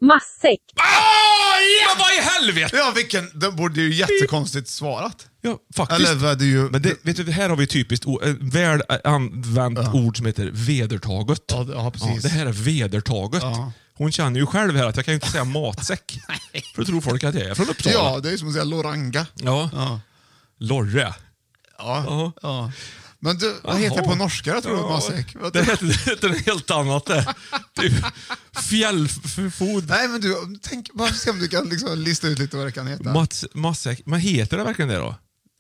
Speaker 6: Matsäck.
Speaker 3: Ah, Men vad i helvete!
Speaker 2: Ja, vilken... Det borde ju jättekonstigt svarat.
Speaker 3: Ja, faktiskt.
Speaker 2: Eller vad det är ju...
Speaker 3: Men det, vet du, här har vi typiskt o- eh, väl eh, använt ord som heter vedertaget.
Speaker 2: Ja, det- ja, precis.
Speaker 3: det här är vedertaget.
Speaker 2: Ja.
Speaker 3: Hon känner ju själv här att jag kan ju inte säga matsäck. för då tror folk att jag är från Uppsala.
Speaker 2: Ja, det är ju som att säga loranga.
Speaker 3: Ja.
Speaker 2: Ja.
Speaker 3: Lorre.
Speaker 2: Ja. ja. Men du, vad heter det
Speaker 3: Jaha.
Speaker 2: på norska då, tror du,
Speaker 3: Ja,
Speaker 2: matsäck? Vad-
Speaker 3: Det heter, det heter något helt annat det. Typ fjällfod.
Speaker 2: Nej, men du, tänk, bara se om du kan liksom lista ut lite vad det kan heta.
Speaker 3: Mats, matsäck. Men heter det verkligen det då?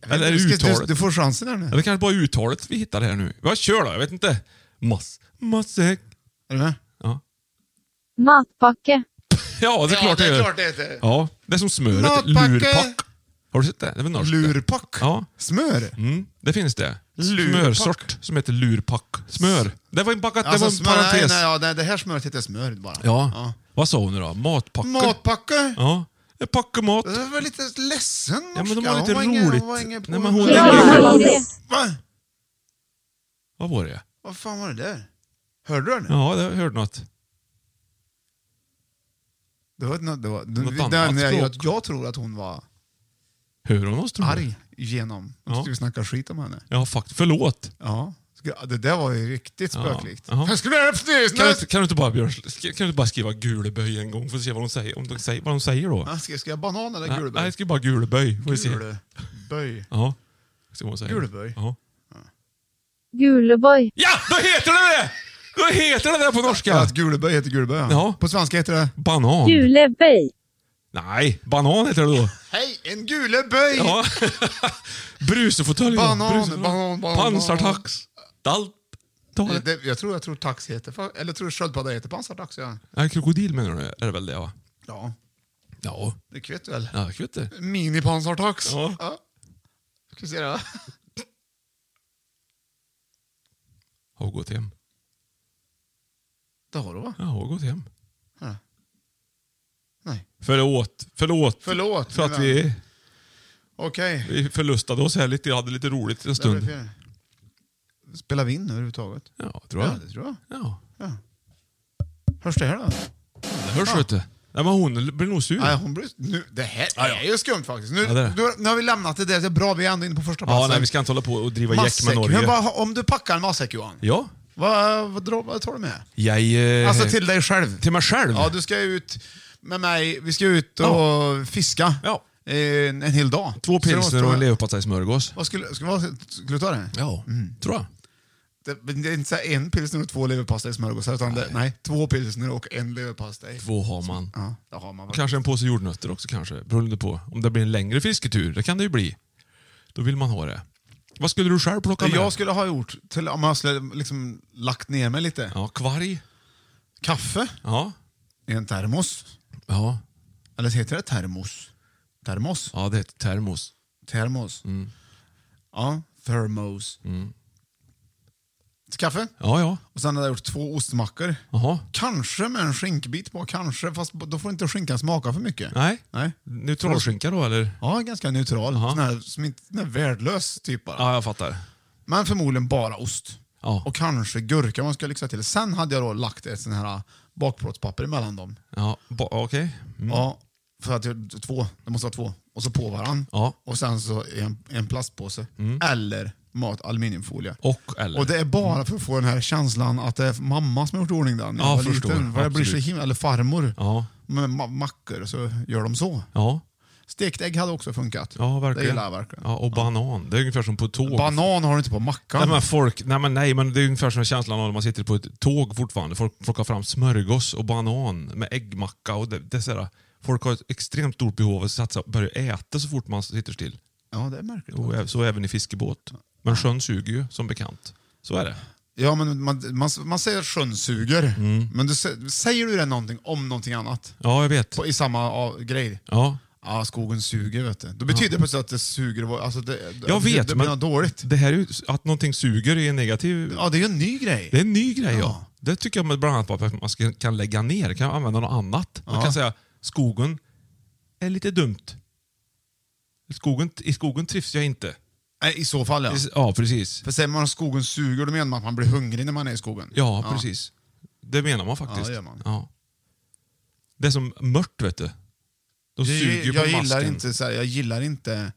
Speaker 3: Eller är det
Speaker 2: Du ska-
Speaker 3: uttalet?
Speaker 2: du, du får chansen här nu.
Speaker 3: Eller kanske bara uttalet vi hittar här nu. Vad kör då? Jag vet inte. Mass, matsäck.
Speaker 2: Är du med?
Speaker 3: Ja.
Speaker 6: Matpacke.
Speaker 3: ja, det är klart
Speaker 2: ja, det
Speaker 3: gör.
Speaker 2: är klart det heter.
Speaker 3: Ja, det är som smöret.
Speaker 2: Matpacke.
Speaker 3: Lurpack. Har du sett det? Det är väl norskt? det?
Speaker 2: Lurpack?
Speaker 3: Ja.
Speaker 2: Smör?
Speaker 3: Mm, det finns det. smörsort som heter lurpack. Smör. Det var en, bagat,
Speaker 2: Alltså,
Speaker 3: det
Speaker 2: smör-
Speaker 3: var en
Speaker 2: nej,
Speaker 3: parentes.
Speaker 2: nej, ja, nej, det här smöret heter smör bara.
Speaker 3: Ja. Vad sa hon nu då? Matpacke?
Speaker 2: Matpacke?
Speaker 3: Ja. Ett Packe mat.
Speaker 2: Det var lite ledsen
Speaker 3: Ja, men de
Speaker 2: norska.
Speaker 3: var lite
Speaker 2: hon ingen-
Speaker 3: roligt.
Speaker 2: hon var ingen på...
Speaker 3: Nej, men hon-
Speaker 2: Va?
Speaker 3: Vad var det?
Speaker 2: Vad fan var det där? Hörde du det nu?
Speaker 3: Ja, jag hörde något.
Speaker 2: Det var, något- det var,
Speaker 3: Något
Speaker 2: det,
Speaker 3: annat
Speaker 2: det, är ju att
Speaker 3: språk.
Speaker 2: jag tror att hon var
Speaker 3: Hör hon oss tror du?
Speaker 2: arg genom
Speaker 3: Ja.
Speaker 2: att vi snackade skit om henne.
Speaker 3: Ja, faktiskt. Förlåt.
Speaker 2: Ja. Ska- Det där var ju riktigt
Speaker 3: Ja.
Speaker 2: spöklikt.
Speaker 3: Jaha.
Speaker 2: Jag skulle ha fnys-
Speaker 3: Kan du, inte- kan du inte bara, Björn, sk- kan du inte bara skriva Guleböj en gång för att se vad de säger, om de säger, vad de säger då?
Speaker 2: Ja, Ska ska jag banan eller
Speaker 3: Nej, Nej,
Speaker 2: gulböj?
Speaker 3: jag skriver bara Guleböj. Får vi se.
Speaker 2: Böj.
Speaker 3: Ja. Se vad de säger.
Speaker 2: Guleböj?
Speaker 3: Ja.
Speaker 6: Guleboy.
Speaker 3: ja, då heter det det! Då heter det det på
Speaker 2: Ja,
Speaker 3: norska!
Speaker 2: att guleböj heter guleböj. ja.
Speaker 3: Ja.
Speaker 2: På svenska heter det?
Speaker 3: Banan.
Speaker 6: Guleböj.
Speaker 3: Nej, banan heter det då.
Speaker 2: Hej, en guleböj!
Speaker 3: Ja. Brusefåtölj. då.
Speaker 2: Banan,
Speaker 3: Brusefåtölj.
Speaker 2: banan, banan.
Speaker 3: Pansartax. Dalp. Ta det.
Speaker 2: Det, jag, tror, jag tror tax heter, fa- eller jag tror sköldpadda heter pansartax. Ja.
Speaker 3: Nej, krokodil menar du? Är det väl det, va?
Speaker 2: ja,
Speaker 3: Ja.
Speaker 2: det kvitt väl.
Speaker 3: Ja, jag vet inte.
Speaker 2: Minipansartax.
Speaker 3: Ja.
Speaker 2: Ja. Ska vi se det?
Speaker 3: Har gått hem.
Speaker 2: Det har du va?
Speaker 3: Ja, har gått hem.
Speaker 2: Ja. Nej.
Speaker 3: Förlåt. Förlåt.
Speaker 2: Förlåt,
Speaker 3: För att
Speaker 2: men-
Speaker 3: vi,
Speaker 2: Okej.
Speaker 3: vi förlustade oss här lite. Jag hade lite roligt en
Speaker 2: Där
Speaker 3: stund.
Speaker 2: blev det. Spelar vi in nu överhuvudtaget?
Speaker 3: Ja, tror jag.
Speaker 2: Ja, det tror jag.
Speaker 3: Ja.
Speaker 2: Hörs det här då?
Speaker 3: Det hörs, vet du. Nej, men hon blir nog sur.
Speaker 2: Nej, hon blir, nu, det här
Speaker 3: Ja, ja.
Speaker 2: är ju skumt faktiskt. Nu,
Speaker 3: Ja, det är det.
Speaker 2: nu, nu har vi lämnat det där, det är bra, vi är ändå inne på första
Speaker 3: Ja,
Speaker 2: passet.
Speaker 3: nej, vi ska inte hålla på och driva jack med
Speaker 2: Matsäck.
Speaker 3: Norge.
Speaker 2: Men vad- om du packar en matsäck Johan,
Speaker 3: Ja.
Speaker 2: vad, vad, drar- vad tar du med?
Speaker 3: Jag... Eh,
Speaker 2: Alltså till dig själv.
Speaker 3: till mig själv?
Speaker 2: Ja, du ska ut med mig, vi ska ut och fiska eh,
Speaker 3: Ja.
Speaker 2: en, en hel dag.
Speaker 3: Två
Speaker 2: Så det
Speaker 3: pilsner
Speaker 2: måste-
Speaker 3: och en leverpastejsmörgås.
Speaker 2: Vad skulle, skulle, vad, skulle du ta det?
Speaker 3: Ja,
Speaker 2: Mm.
Speaker 3: tror jag.
Speaker 2: Det, men det är inte så här en pilsner och två leverpastej i smörgås, utan nej. Det, nej, två pilsner och en leverpastej.
Speaker 3: Två har man.
Speaker 2: Ja, det har man.
Speaker 3: Kanske en påse jordnötter också kanske. Beroende på om det blir en längre fisketur. Det kan det ju bli. Då vill man ha det. Vad skulle du själv plocka
Speaker 2: Det
Speaker 3: med?
Speaker 2: jag skulle ha gjort, till, om jag skulle liksom lagt ner mig lite,
Speaker 3: Ja, kvarg.
Speaker 2: kaffe
Speaker 3: Ja.
Speaker 2: i en termos.
Speaker 3: Ja.
Speaker 2: Eller heter det termos? Termos?
Speaker 3: ja, det heter termos.
Speaker 2: Termos.
Speaker 3: Mm.
Speaker 2: Ja, thermos. Till Kaffe.
Speaker 3: Ja, ja.
Speaker 2: Och sen hade jag gjort två ostmackor.
Speaker 3: Jaha.
Speaker 2: Kanske med en skinkbit på, kanske. Fast då får inte skinkan smaka för mycket.
Speaker 3: Nej.
Speaker 2: Nej.
Speaker 3: Neutralskinka då eller?
Speaker 2: Ja, ganska neutral.
Speaker 3: Jaha.
Speaker 2: Sån här, som inte, sån här värdelös typ bara.
Speaker 3: Ja, jag fattar.
Speaker 2: Men förmodligen bara ost.
Speaker 3: Ja.
Speaker 2: Och kanske gurka om man ska lyxa till. Sen hade jag då lagt ett sån här äh, bakplåtspapper emellan dem.
Speaker 3: Ja, ba- okej. Mm.
Speaker 2: Ja, för att jag, två, det måste vara två. Och så på varann.
Speaker 3: Ja. Mm.
Speaker 2: Och sen så i en, en plastpåse. Eller mat, aluminiumfolie.
Speaker 3: Och eller?
Speaker 2: Och det är bara för att få den här känslan att det är mamma som har gjort i ordning den. när
Speaker 3: Ja,
Speaker 2: jag var
Speaker 3: förstår.
Speaker 2: liten. För det blir så
Speaker 3: Absolut.
Speaker 2: himla, eller farmor.
Speaker 3: Ja.
Speaker 2: Med ma- mackor så gör de så.
Speaker 3: Ja.
Speaker 2: Stekt ägg hade också funkat.
Speaker 3: Ja,
Speaker 2: Det
Speaker 3: verkligen.
Speaker 2: gillar jag verkligen.
Speaker 3: Ja, och banan. Det är ungefär som på tåg.
Speaker 2: Banan har du inte på mackan.
Speaker 3: Nej men, folk, nej men nej, men det är ungefär som känslan av när man sitter på ett tåg fortfarande. Folk plockar fram smörgås och banan med äggmacka. Och det, det är så här, folk har ett extremt stort behov av att satsa, börja äta så fort man sitter still.
Speaker 2: Ja, det är märkligt.
Speaker 3: Och ä- så även i fiskebåt. Men sjön suger ju, som bekant. Så är det.
Speaker 2: Ja, men man, man, man säger sjön suger,
Speaker 3: Mm.
Speaker 2: men du, sä- säger du det någonting om någonting annat
Speaker 3: Ja, jag vet.
Speaker 2: på, i samma ja, grej?
Speaker 3: Ja.
Speaker 2: Ja, skogen suger vet du. Då betyder det plötsligt att det suger. Alltså det, det-
Speaker 3: Jag vet,
Speaker 2: det, det blir
Speaker 3: men-
Speaker 2: något dåligt.
Speaker 3: Det här är ju, att någonting suger är en negativ...
Speaker 2: Ja, det är ju en ny grej.
Speaker 3: Det är en ny grej, ja.
Speaker 2: Ja.
Speaker 3: Det tycker jag med bland annat bara för att man ska, kan lägga ner, kan använda något annat. Man
Speaker 2: Ja.
Speaker 3: kan säga skogen är lite dumt. Skogen, I skogen trivs jag inte.
Speaker 2: Nej, I så fall ja.
Speaker 3: Precis- Ja, precis.
Speaker 2: För säger man att skogen suger, då menar man att man blir hungrig när man är i skogen.
Speaker 3: Ja, precis. Det menar man faktiskt.
Speaker 2: Ja, det gör man.
Speaker 3: Ja. Det är som mört, vet du. De suger
Speaker 2: Jag,
Speaker 3: ju
Speaker 2: jag,
Speaker 3: på
Speaker 2: gillar
Speaker 3: masken.
Speaker 2: inte, så här, jag gillar inte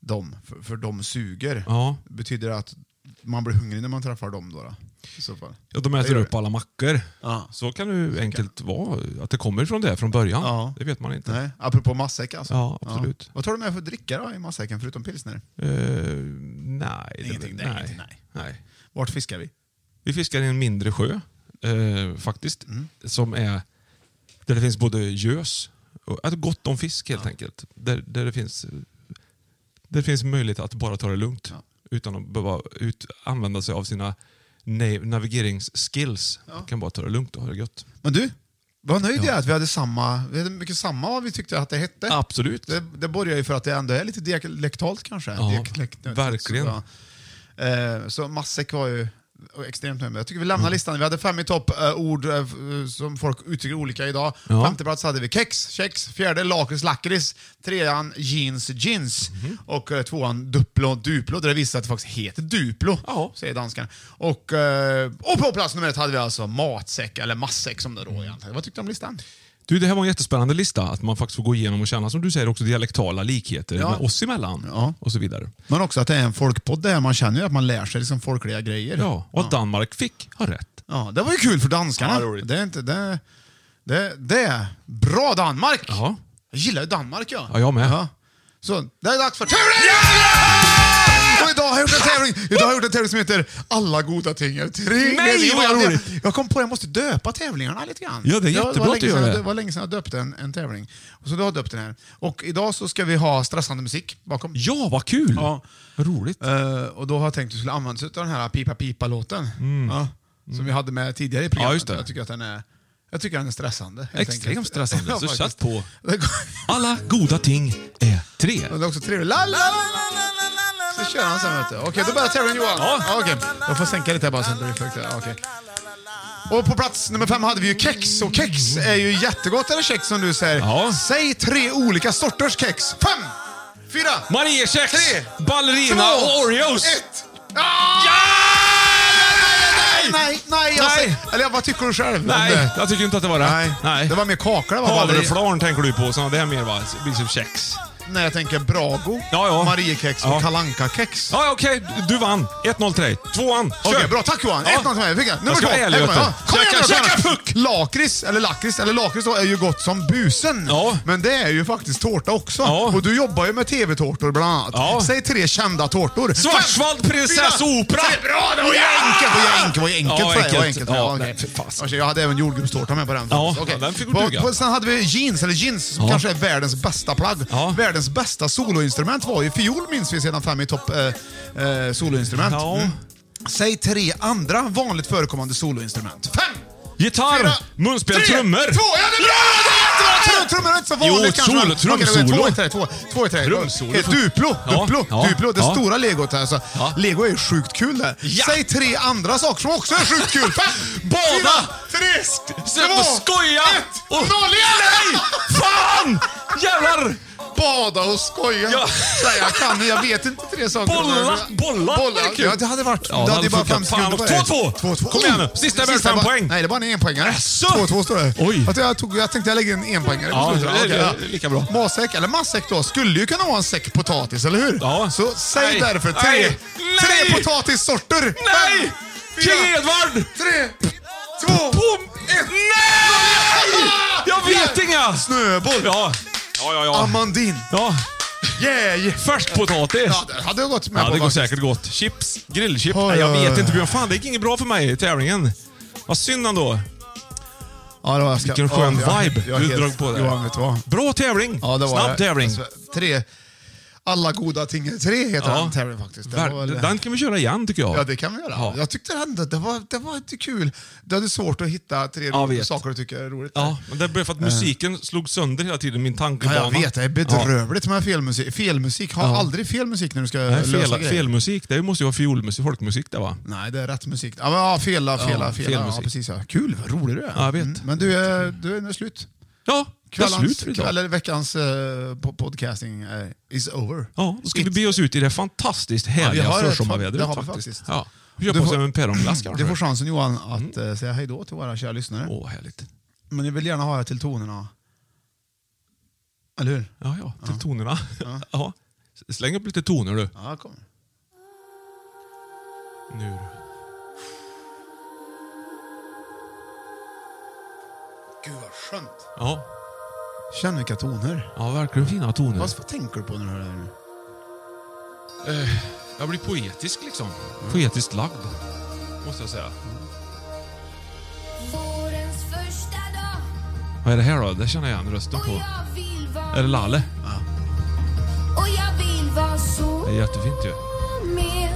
Speaker 2: dem, för, för de suger.
Speaker 3: Ja.
Speaker 2: Betyder det att man blir hungrig när man träffar dem då? då I så fall.
Speaker 3: Ja, de
Speaker 2: gör
Speaker 3: äter
Speaker 2: det.
Speaker 3: upp alla mackor.
Speaker 2: Ja.
Speaker 3: Så kan det ju enkelt vara. Att det kommer från det från början.
Speaker 2: Ja.
Speaker 3: Det vet man inte.
Speaker 2: Nej, apropå matsäck alltså.
Speaker 3: Ja, absolut.
Speaker 2: Vad tar du med för dricka då i matsäcken förutom pilsner?
Speaker 3: Eh, nej, det-
Speaker 2: Ingenting, det är
Speaker 3: nej.
Speaker 2: ingenting, nej.
Speaker 3: nej.
Speaker 2: Vart fiskar vi?
Speaker 3: Vi fiskar i en mindre sjö eh, faktiskt.
Speaker 2: Mm.
Speaker 3: Som är där det finns både gös och äh, gott om fisk helt enkelt. Där, där, det finns, där det finns möjlighet att bara ta det lugnt utan att behöva ut, använda sig av sina na- navigeringsskills. Man kan bara ta det lugnt och ha det gött.
Speaker 2: Men du, vad nöjd jag är att vi hade samma, vi hade mycket samma vad vi tyckte att det hette.
Speaker 3: Absolut.
Speaker 2: Det, det borgar ju för att det ändå är lite dialektalt kanske.
Speaker 3: Ja, verkligen.
Speaker 2: Så, ja. Eh, så matsäck var ju extremt nöjd med. Jag tycker vi lämnar
Speaker 3: Mm.
Speaker 2: listan. Vi hade fem i topp eh, ord eh, f- som folk uttrycker olika idag. Femte plats hade vi kex, kex. Fjärde lakrits, lakrits. Trean jeans, jeans.
Speaker 3: Mhm.
Speaker 2: Och eh, tvåan duplo, duplo. Där det visar att det faktiskt heter duplo,
Speaker 3: Ja.
Speaker 2: säger danskarna. Och, eh, och på plats nummer ett hade vi alltså matsäck, eller matsäck som det då egentligen. Vad tyckte du om listan?
Speaker 3: Du, det här var en jättespännande lista. Att man faktiskt får gå igenom och känna, som du säger, också dialektala likheter
Speaker 2: Ja.
Speaker 3: med oss emellan.
Speaker 2: Ja.
Speaker 3: Och så vidare.
Speaker 2: Men också att det är en folkpodd det här. Man känner ju att man lär sig liksom folkliga grejer.
Speaker 3: Ja, och att Danmark fick ha rätt.
Speaker 2: Ja, det var ju kul för danskarna.
Speaker 3: Ja, roligt.
Speaker 2: det är inte... Det, det, det är bra Danmark!
Speaker 3: Ja.
Speaker 2: Jag gillar ju Danmark ja.
Speaker 3: Ja, jag med.
Speaker 2: Så, det är dags för tävling! Och idag har jag gjort en tävling, idag har jag gjort en tävling som heter Alla goda ting är tre.
Speaker 3: Nej, vad
Speaker 2: jag,
Speaker 3: roligt!
Speaker 2: jag kom på att jag måste döpa tävlingarna lite grann.
Speaker 3: Ja, det är
Speaker 2: var
Speaker 3: jättebra att
Speaker 2: länge
Speaker 3: du gör
Speaker 2: sedan jag
Speaker 3: det.
Speaker 2: dö- var länge sedan jag döpte en, en tävling. Och så du har jag döpt den här. Och idag så ska vi ha stressande musik bakom.
Speaker 3: Ja, vad kul!
Speaker 2: Ja.
Speaker 3: Roligt.
Speaker 2: Eh, och då har jag tänkt att du skulle använda sig av den här Pipa Pipa-låten. Ja, som vi hade med tidigare i programmet.
Speaker 3: Mm. Ja, just det.
Speaker 2: Jag tycker att den är, jag tycker att den är stressande. helt
Speaker 3: Extremt
Speaker 2: enkelt.
Speaker 3: stressande.
Speaker 2: Ja,
Speaker 3: Så
Speaker 2: faktiskt.
Speaker 3: sätt på.
Speaker 2: Det går-
Speaker 3: Alla goda ting är tre.
Speaker 2: och det är också trevligt. La, la, la, la, la, la, la. Så kör han sen vet du. Okej, då börjar tävlingen Johan. Ja. Okej, jag får sänka lite här bara så att det blir fukt. Ja, Okej. Och på plats nummer fem hade vi ju kex. Och kex är ju jättegott. Är det kex som du säger?
Speaker 3: Ja.
Speaker 2: Säg tre olika sorters kex. Fem, fyra,
Speaker 3: Mariekex,
Speaker 2: Tre.
Speaker 3: ballerina
Speaker 2: två,
Speaker 3: och Oreos.
Speaker 2: Ett. Ah! Nej, nej, nej. Jag
Speaker 3: Nej.
Speaker 2: säger- Eller vad tycker du själv? om
Speaker 3: Nej,
Speaker 2: det?
Speaker 3: jag tycker inte att det var rätt.
Speaker 2: nej. Det var mer kakor det var balleri-
Speaker 3: Havreflarn tänker du på, så det här mer va? Det blir som kex.
Speaker 2: Nej, jag tänker Brago,
Speaker 3: Ja, ja.
Speaker 2: Mariekex och
Speaker 3: Ja.
Speaker 2: kalanka kex
Speaker 3: Ja, okej. Du vann. 1-0 till dig. Tvåan. Kör!
Speaker 2: Okej, bra. Tack Johan.
Speaker 3: Ja.
Speaker 2: 1-0 till mig. Fick jag. Nummer
Speaker 3: Jag
Speaker 2: två.
Speaker 3: ska vara ärlig,
Speaker 2: Här kommer jag.
Speaker 3: vet du.
Speaker 2: Ja, Kom igen
Speaker 3: Käka-
Speaker 2: nu, kom
Speaker 3: käka
Speaker 2: igen.
Speaker 3: puck!
Speaker 2: Lakrits, eller lakrits, eller lakrits då, är ju gott som busen.
Speaker 3: Ja.
Speaker 2: Men det är ju faktiskt tårta också.
Speaker 3: Ja.
Speaker 2: Och du jobbar ju med TV-tårtor bland annat.
Speaker 3: Ja.
Speaker 2: Säg tre kända tårtor.
Speaker 3: Schwarzwald
Speaker 2: Fem,
Speaker 3: prinsessopera.
Speaker 2: fyra, tre. Bra, det var ju enkelt. Det var ju enkelt. Det var ju enkelt
Speaker 3: Ja,
Speaker 2: för dig. Det var
Speaker 3: enkelt.
Speaker 2: enkelt. för dig.
Speaker 3: Ja,
Speaker 2: okej.
Speaker 3: nej, för fasen.
Speaker 2: Okej, Jag hade även jordgubbstårta med på den.
Speaker 3: Ja,
Speaker 2: faktiskt. Okej.
Speaker 3: den fick
Speaker 2: på,
Speaker 3: duga.
Speaker 2: på, Sen hade vi jeans, eller jeans, som
Speaker 3: Ja.
Speaker 2: kanske är världens bästa plagg.
Speaker 3: Ja.
Speaker 2: Världens bästa soloinstrument var ju fiol, minns vi sedan fem i topp, eh, eh, soloinstrument.
Speaker 3: Ja.
Speaker 2: Mm. Säg tre andra vanligt förekommande soloinstrument. Fem!
Speaker 3: Gitarr,
Speaker 2: Fyra,
Speaker 3: munspel,
Speaker 2: tre,
Speaker 3: trummor.
Speaker 2: Två! Ja, det är bra! Det är jättebra! Trum, trummor är inte så vanligt
Speaker 3: Jo,
Speaker 2: kanske.
Speaker 3: solo,
Speaker 2: men- Okej, det är
Speaker 3: trumsolo.
Speaker 2: Två i trä, två, två i trä.
Speaker 3: Trumsolo.
Speaker 2: Eh, Duplo,
Speaker 3: Ja,
Speaker 2: duplo,
Speaker 3: ja,
Speaker 2: duplo. Det
Speaker 3: ja.
Speaker 2: stora legot här. Så.
Speaker 3: Ja.
Speaker 2: Lego är ju sjukt kul där.
Speaker 3: Ja.
Speaker 2: Säg tre andra saker som också är sjukt kul. Fem,
Speaker 3: Bada.
Speaker 2: fyra, tre,
Speaker 3: Sluta
Speaker 2: två,
Speaker 3: skoja!
Speaker 2: ett,
Speaker 3: Och-
Speaker 2: noll igen!
Speaker 3: Nej! Fan! Jävlar!
Speaker 2: Bada och skoja.
Speaker 3: Ja.
Speaker 2: Nej, jag kan men jag vet inte tre saker.
Speaker 3: Bolla, bolla.
Speaker 2: Bolla.
Speaker 3: Det är kul.
Speaker 2: Ja, det hade varit...
Speaker 3: Ja, det
Speaker 2: det hade
Speaker 3: hade
Speaker 2: ju bara
Speaker 3: funkat.
Speaker 2: fem
Speaker 3: Fan,
Speaker 2: sekunder på
Speaker 3: två,
Speaker 2: det.
Speaker 3: två. Kom igen nu. Sista är värt fem
Speaker 2: bara-
Speaker 3: poäng.
Speaker 2: Nej, det var en enpoängare.
Speaker 3: Jaså?
Speaker 2: 2-2 står det.
Speaker 3: Oj.
Speaker 2: Att jag, tog, jag tänkte jag lägger in enpoängare på
Speaker 3: Ja,
Speaker 2: slutet.
Speaker 3: det är-
Speaker 2: Okej,
Speaker 3: det är
Speaker 2: ja.
Speaker 3: lika bra.
Speaker 2: Matsäck, eller matsäck då, skulle ju kunna vara en säck potatis, eller hur?
Speaker 3: Ja.
Speaker 2: Så säg
Speaker 3: Nej.
Speaker 2: därför tre,
Speaker 3: Nej.
Speaker 2: tre
Speaker 3: Nej.
Speaker 2: potatissorter.
Speaker 3: Nej!
Speaker 2: Fem,
Speaker 3: King
Speaker 2: fyra,
Speaker 3: Edvard!
Speaker 2: tre, två,
Speaker 3: Pum!
Speaker 2: ett.
Speaker 3: Nej! Jag vet
Speaker 2: Ja.
Speaker 3: inga!
Speaker 2: Snöboll.
Speaker 3: Ja, ja, ja. ja.
Speaker 2: Amandin.
Speaker 3: ja.
Speaker 2: Yeah!
Speaker 3: Färskpotatis.
Speaker 2: Ja, det hade jag gått med
Speaker 3: Ja,
Speaker 2: på
Speaker 3: det går
Speaker 2: faktiskt.
Speaker 3: säkert gott. Chips, grillchips.
Speaker 2: Oj,
Speaker 3: Nej, jag
Speaker 2: oj,
Speaker 3: vet
Speaker 2: oj.
Speaker 3: inte Björn. Fan, det gick inget bra för mig i tävlingen. Vad synd ändå.
Speaker 2: Ja, det var jag ska...
Speaker 3: Vilken skön
Speaker 2: ja, jag-
Speaker 3: vibe
Speaker 2: jag
Speaker 3: du
Speaker 2: helt-
Speaker 3: drog på där.
Speaker 2: Johan, vet du vad?
Speaker 3: Bra tävling!
Speaker 2: Ja, det var Alltså,
Speaker 3: Snabb
Speaker 2: det.
Speaker 3: tävling.
Speaker 2: Tre. Alla goda ting är tre heter
Speaker 3: Ja.
Speaker 2: den tävlingen faktiskt. Det
Speaker 3: Ver-
Speaker 2: var väl-
Speaker 3: Den kan vi köra igen tycker jag.
Speaker 2: Ja, det kan vi göra.
Speaker 3: Ja.
Speaker 2: Jag tyckte ändå att det var, det var inte kul. Du hade svårt att hitta tre
Speaker 3: Jag
Speaker 2: roliga
Speaker 3: vet.
Speaker 2: saker du tycker är roligt.
Speaker 3: Ja, men det blev för att musiken slog sönder hela tiden min
Speaker 2: Eh. Ja,
Speaker 3: tankebana.
Speaker 2: jag vet, det är bedrövligt med felmusik. Felmusik, ha
Speaker 3: Ja.
Speaker 2: aldrig fel musik när du ska
Speaker 3: Nej,
Speaker 2: lösa
Speaker 3: fel,
Speaker 2: grejer.
Speaker 3: fel musik. Det måste ju vara fiolmusik, folkmusik det va?
Speaker 2: Nej, det är rätt musik. Ja, men, ja fela, fela,
Speaker 3: fel
Speaker 2: fela. Ja,
Speaker 3: musik.
Speaker 2: precis, ja. Kul, vad rolig du är. Mm.
Speaker 3: Ja, jag vet.
Speaker 2: Men du, är, du är nu slut.
Speaker 3: Ja, det är
Speaker 2: Kvällens,
Speaker 3: slut för idag.
Speaker 2: eller veckans eh, po- podcasting eh, is over.
Speaker 3: Ja, då ska vi
Speaker 2: It's-
Speaker 3: be oss ut i det fantastiskt härliga
Speaker 2: Ja, vi har ett
Speaker 3: försommarvädret.
Speaker 2: fan- det har vi
Speaker 3: faktiskt.
Speaker 2: faktiskt.
Speaker 3: Ja. Vi gör
Speaker 2: Du
Speaker 3: på oss
Speaker 2: får-
Speaker 3: en Mm. päronglass kanske.
Speaker 2: Du får chansen Johan att eh, säga hej då till våra kära lyssnare.
Speaker 3: Åh, härligt.
Speaker 2: Men jag vill gärna höra till tonerna. Eller hur?
Speaker 3: Ja, ja, till tonerna. Ja. Släng upp lite toner du.
Speaker 2: Ja, kom.
Speaker 3: Nu du.
Speaker 2: Gud vad skönt.
Speaker 3: Ja.
Speaker 2: Känn vilka toner.
Speaker 3: ja, verkligen fina toner.
Speaker 2: Vad, vad tänker du på när du hör det här nu?
Speaker 3: Jag blir poetisk liksom. Poetiskt lagd, måste jag säga.
Speaker 4: Vårens första dag
Speaker 3: Vad är det här då? Det känner jag igen rösten
Speaker 4: och
Speaker 3: på.
Speaker 4: jag vill
Speaker 3: Är
Speaker 4: vara
Speaker 3: det Lalle?
Speaker 4: och jag vill vara
Speaker 3: Det
Speaker 4: så
Speaker 3: är jättefint ju.
Speaker 4: med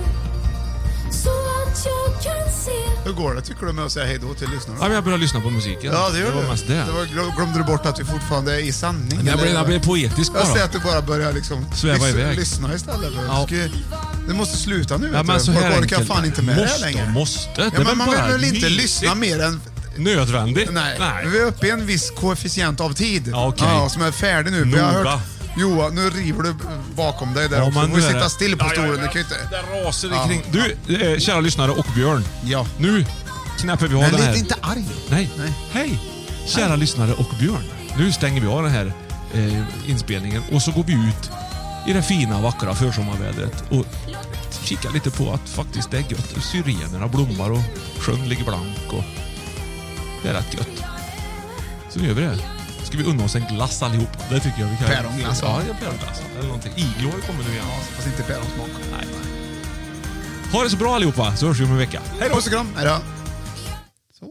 Speaker 4: så att jag kan se
Speaker 2: Hur går det tycker du med att säga hej då till lyssnarna?
Speaker 3: Ja, men jag börjar lyssna på musiken. det var mest det.
Speaker 2: det var, glöm- glömde du bort att vi fortfarande är i sanning?
Speaker 3: Men Jag
Speaker 2: eller?
Speaker 3: blev, jag blev poetisk
Speaker 2: jag ser
Speaker 3: bara.
Speaker 2: att du bara börjar liksom
Speaker 3: Sväva
Speaker 2: lys-
Speaker 3: iväg.
Speaker 2: lyssna istället.
Speaker 3: Ja.
Speaker 2: Du ska ju- Det måste sluta nu.
Speaker 3: Ja,
Speaker 2: vet
Speaker 3: men
Speaker 2: du.
Speaker 3: så
Speaker 2: Folk
Speaker 3: här
Speaker 2: orkar
Speaker 3: enkelt.
Speaker 2: fan inte med det här
Speaker 3: Måste och
Speaker 2: längre.
Speaker 3: måste. Det är
Speaker 2: Ja, men
Speaker 3: väl
Speaker 2: man vill
Speaker 3: bara
Speaker 2: väl inte
Speaker 3: mysigt.
Speaker 2: lyssna mer än...
Speaker 3: Nödvändigt?
Speaker 2: Nej. Vi är uppe i en viss koefficient av tid.
Speaker 3: Ja, okej.
Speaker 2: som är färdig nu. Vi har
Speaker 3: Noga.
Speaker 2: hört... Johan, nu river du bakom dig där
Speaker 3: Ja,
Speaker 2: också.
Speaker 3: men
Speaker 2: Du får
Speaker 3: nu är
Speaker 2: sitta
Speaker 3: det-
Speaker 2: still på
Speaker 3: Ja, ja,
Speaker 2: stolen.
Speaker 3: ja.
Speaker 2: Du kan ju inte...
Speaker 3: Det raser
Speaker 2: Ja.
Speaker 3: ikring. Du, eh, kära lyssnare och Björn.
Speaker 2: Ja.
Speaker 3: Nu knäpper vi av
Speaker 2: Nej,
Speaker 3: den här.
Speaker 2: lite inte arg.
Speaker 3: Nej.
Speaker 2: Nej.
Speaker 3: Hej! Kära lyssnare och Björn. Nu stänger vi av den här eh, inspelningen och så går vi ut i det fina, vackra försommarvädret och kikar lite på att faktiskt det är gött. Syrenerna blommar och sjön ligger blank och det är rätt gött. Så nu gör vi det. Ska vi unna oss en glass allihop? Det tycker jag vi kan.
Speaker 2: Päronglass, va?
Speaker 3: Ja, ja, päronglass. Eller någonting. Iglo kommer nu igen.
Speaker 2: Fast inte päronsmak.
Speaker 3: Nej. Ha det så bra allihopa, så hörs vi om en vecka. Hej då!
Speaker 2: Puss och kram. Hej då. Så.